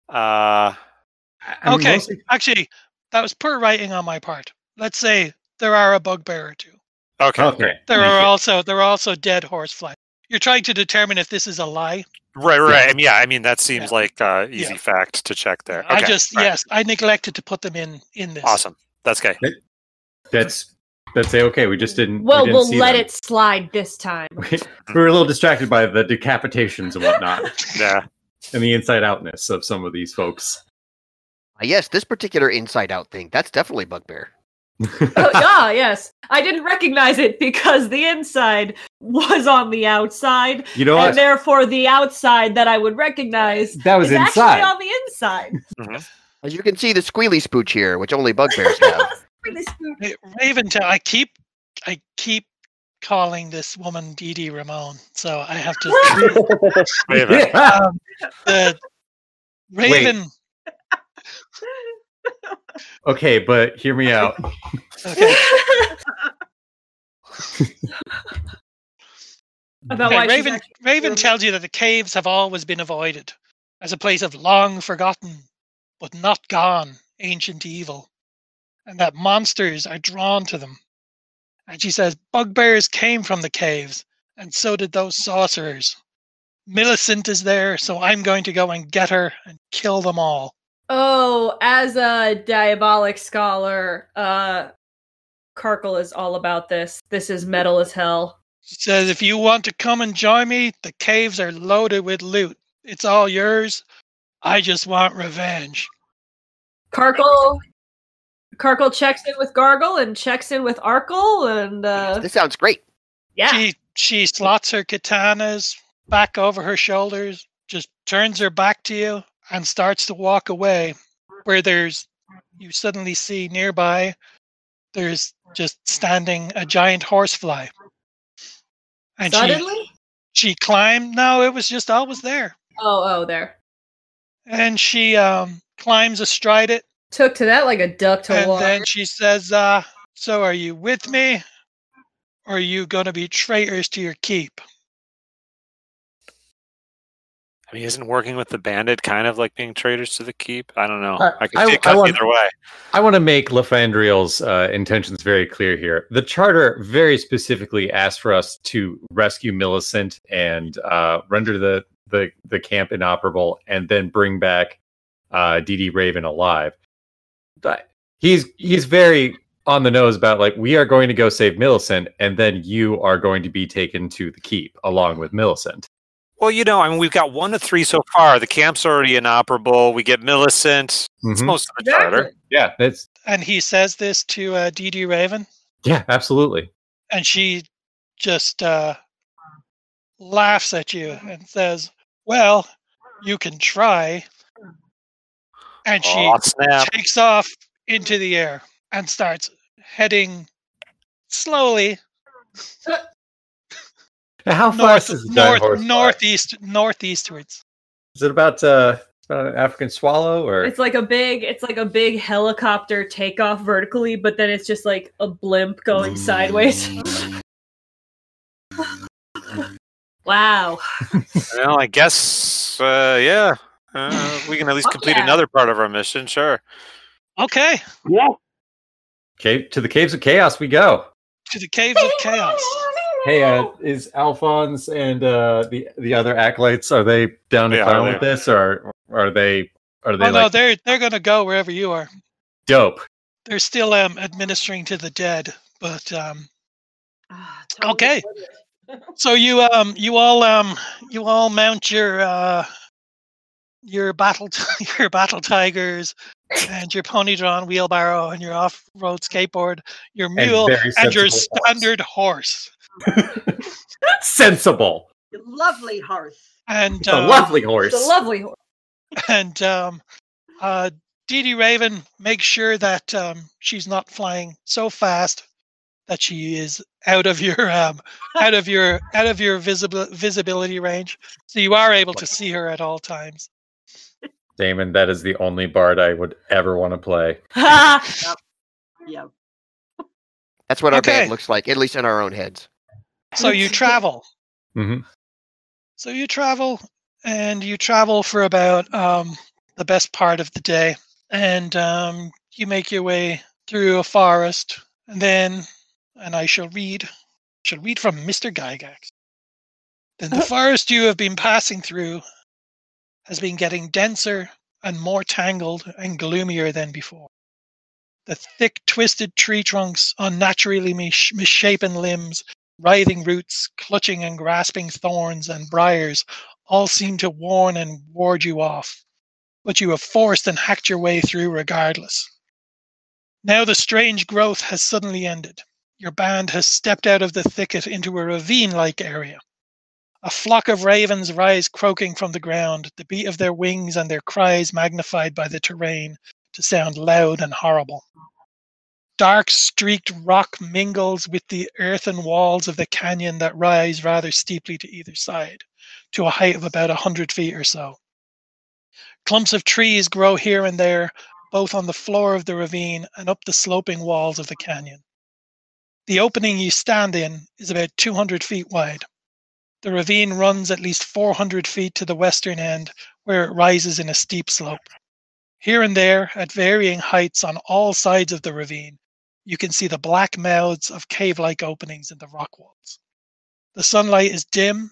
S5: Uh.
S2: I- I mean,
S4: okay.
S2: mostly-
S4: Actually, that was poor writing on my part. Let's say there are a bugbear or two.
S5: Okay.
S2: okay. thank
S4: There are
S2: you.
S4: also there are also dead horseflies. You're trying to determine if this is a lie.
S5: Right. Right. I mean, yeah. I mean, that seems
S4: Yeah.
S5: like uh, easy
S4: Yeah.
S5: fact to check there.
S4: I
S5: Okay,
S4: just
S5: all right,
S4: yes, I neglected to put them in in this.
S5: Awesome.
S4: *laughs*
S5: That's gay.
S2: That's that's a okay. We just didn't.
S1: Well,
S2: we didn't
S1: we'll
S2: see
S1: let
S2: them.
S1: it slide this time.
S2: *laughs* We, we were a little distracted by the decapitations and whatnot,
S1: *laughs*
S5: Yeah.
S2: and the inside outness of some of these folks.
S3: Uh, yes, this particular inside out thing, that's definitely Bugbear.
S1: oh, ah, yes. I didn't recognize it because the inside was on the outside,
S2: *laughs* You know
S1: and
S2: what?
S1: therefore the outside that I would recognize
S9: That was
S1: is
S9: inside.
S1: actually on the inside. *laughs*
S3: As you can see, the squealy spooch here, which only Bugbears have.
S1: Really spooky.
S4: Hey, Raven, Ta- I keep I keep calling this woman Dee Dee Ramon, so I have
S1: *laughs*
S4: to.
S5: Raven.
S4: um, the Raven.
S2: Okay, but hear me out.
S1: *laughs*
S4: Okay.
S1: About
S4: Okay,
S1: why she's
S4: Raven,
S1: actually-
S4: Raven
S1: doing it.
S4: tells you that the caves have always been avoided as a place of long forgotten, but not gone, ancient evil, and that monsters are drawn to them. And she says, Bugbears came from the caves, and so did those sorcerers. Millicent is there, so I'm going to go and get her and kill them all.
S1: Oh, as a diabolic scholar, uh Karkle is all about this. This is metal as hell.
S4: She says, If you want to come and join me, the caves are loaded with loot. It's all yours. I just want revenge.
S1: Karkle Karkle checks in with Gargle and checks in with Arkle and uh
S3: this sounds great.
S1: yeah.
S4: She she slots her katanas back over her shoulders, just turns her back to you, and starts to walk away. Where there's you suddenly see nearby there's just standing a giant horsefly. And she,
S1: Suddenly?
S4: she climbed no, it was just always there.
S1: Oh, oh there.
S4: And she um climbs astride it,
S1: Took to that like a duck to
S4: and
S1: water.
S4: then she says, uh, "So are you with me, or are you gonna be traitors to your keep?"
S5: I mean, isn't working with the bandit kind of like being traitors to the keep? I don't know.
S2: I-
S5: I
S2: Uh, I-
S5: can see it
S2: I
S5: cut
S2: want-
S5: either way.
S2: I want to make Lefandriel's uh, intentions very clear here. The charter very specifically asked for us to rescue Millicent and uh, render the, the the camp inoperable, and then bring back uh, DD Raven alive. But he's he's very on the nose about like we are going to go save Millicent, and then you are going to be taken to the keep along with Millicent.
S5: Well, you know, I mean, we've got one to three so far. The camp's already inoperable. We get Millicent.
S4: Mm-hmm.
S5: It's
S2: Mhm.
S5: most of the charter.
S2: Yeah, that's
S4: And he says this to uh, DD Raven,
S2: yeah, absolutely.
S4: and she just uh, laughs at you and says, "Well, you can try." And she
S5: Aw, snap.
S4: takes off into the air and starts heading slowly
S2: How
S4: north,
S2: fast is the giant
S4: north,
S2: horse? fly?
S4: northeast, northeastwards.
S2: Is it about uh about an African swallow or
S1: It's like a big, it's like a big helicopter takeoff vertically, but then it's just like a blimp going sideways.
S4: *laughs*
S1: wow.
S5: Well, I guess, uh, yeah. Uh, we can at least
S1: Fuck
S5: complete
S1: yeah.
S5: another part of our mission, sure.
S4: Okay,
S6: *laughs* Yeah.
S2: cave to the caves of chaos we go.
S4: to the caves of chaos.
S2: Hey, uh, is Alphonse and uh, the the other acolytes are they down to
S5: Yeah,
S2: clown
S5: they-
S2: with this or are they are they
S4: Oh no,
S2: like
S4: they're they're gonna go wherever you are.
S2: dope?
S4: They're still um, administering to the dead, but um,
S7: Ah, tell me
S4: Okay.
S7: what it is.
S4: so you um you all um you all mount your uh your battle t- *laughs* your battle tigers and your pony drawn wheelbarrow and your off road skateboard, your mule
S2: very
S4: and your
S2: sensible horse.
S4: standard horse. *laughs*
S2: Sensible,
S7: Lovely horse.
S4: And
S2: *laughs* it's a
S4: um,
S2: lovely horse.
S1: It's a lovely horse.
S4: *laughs* and um, uh, Dee Dee Raven makes sure that um, she's not flying so fast that she is out of your um, out of your out of your visible visibility range, so you are able to see her at all times.
S2: Damon, that is the only bard I would ever want to play.
S1: Ha!
S7: Yeah.
S3: That's what our
S4: Okay.
S3: band looks like, at least in our own heads.
S4: So you travel.
S2: hmm
S4: So you travel and you travel for about um, the best part of the day, and um, you make your way through a forest, and then, and I shall read, shall read from Mister Gygax. Then the forest you have been passing through has been getting denser and more tangled and gloomier than before. The thick, twisted tree trunks, unnaturally mish- misshapen limbs, writhing roots, clutching and grasping thorns and briars all seem to warn and ward you off, but you have forced and hacked your way through regardless. Now the strange growth has suddenly ended. Your band has stepped out of the thicket into a ravine like area. A flock of ravens rise croaking from the ground, the beat of their wings and their cries magnified by the terrain to sound loud and horrible. Dark streaked rock mingles with the earthen walls of the canyon that rise rather steeply to either side, to a height of about a hundred feet or so. Clumps of trees grow here and there, both on the floor of the ravine and up the sloping walls of the canyon. The opening you stand in is about 200 feet wide. The ravine runs at least 400 feet to the western end, where it rises in a steep slope. Here and there, at varying heights on all sides of the ravine, you can see the black mouths of cave like openings in the rock walls. The sunlight is dim,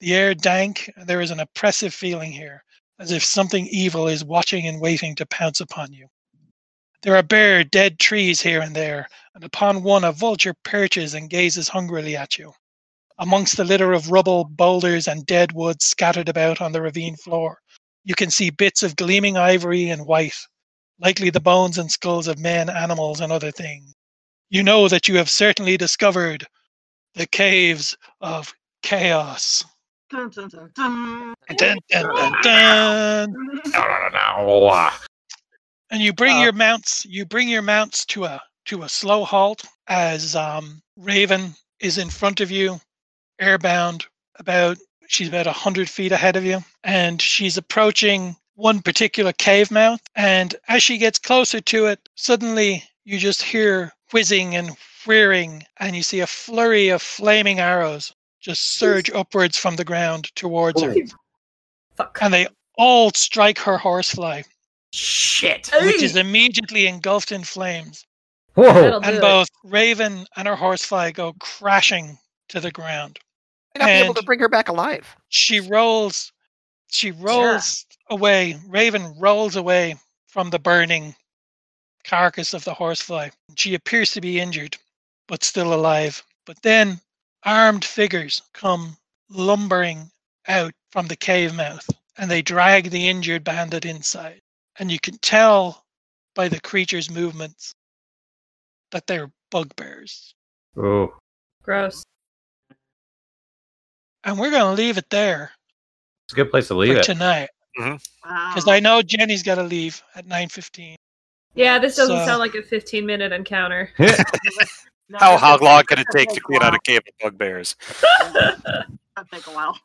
S4: the air dank, and there is an oppressive feeling here, as if something evil is watching and waiting to pounce upon you. There are bare, dead trees here and there, and upon one a vulture perches and gazes hungrily at you. Amongst the litter of rubble, boulders, and dead wood scattered about on the ravine floor, you can see bits of gleaming ivory and white, likely the bones and skulls of men, animals, and other things. You know that you have certainly discovered the caves of chaos.
S7: Dun, dun, dun, dun.
S4: Dun, dun, dun, dun. And you bring
S7: Uh,
S4: your mounts. You bring your mounts to a to a slow halt as um, Raven is in front of you, airbound. About she's about a hundred feet ahead of you, and she's approaching one particular cave mouth. And as she gets closer to it, suddenly you just hear whizzing and whirring, and you see a flurry of flaming arrows just surge upwards from the ground towards her.
S1: *laughs* Fuck.
S4: And they all strike her horsefly,
S8: Shit.
S4: which is immediately engulfed in flames.
S2: Whoa!
S1: That'll do
S4: And
S1: it.
S4: both Raven and her horsefly go crashing to the ground.
S3: May not be able
S4: And-
S3: to bring her back alive.
S4: she rolls she rolls away raven rolls away from the burning carcass of the horsefly she appears to be injured but still alive but then armed figures come lumbering out from the cave mouth and they drag the injured bandit inside and you can tell by the creature's movements that they're bugbears
S2: Oh,
S1: Gross.
S4: and we're going to leave it there
S2: it's a good place to
S4: for
S2: leave it.
S4: tonight because I know Jenny's got to leave at nine fifteen.
S1: Yeah, this doesn't
S4: So-
S1: sound like a 15 minute encounter.
S7: No,
S5: How
S7: this
S5: how
S7: is-
S5: long could
S7: this
S5: it take
S7: will
S5: *laughs* to clean out a cave of bugbears?
S7: That'll take a while.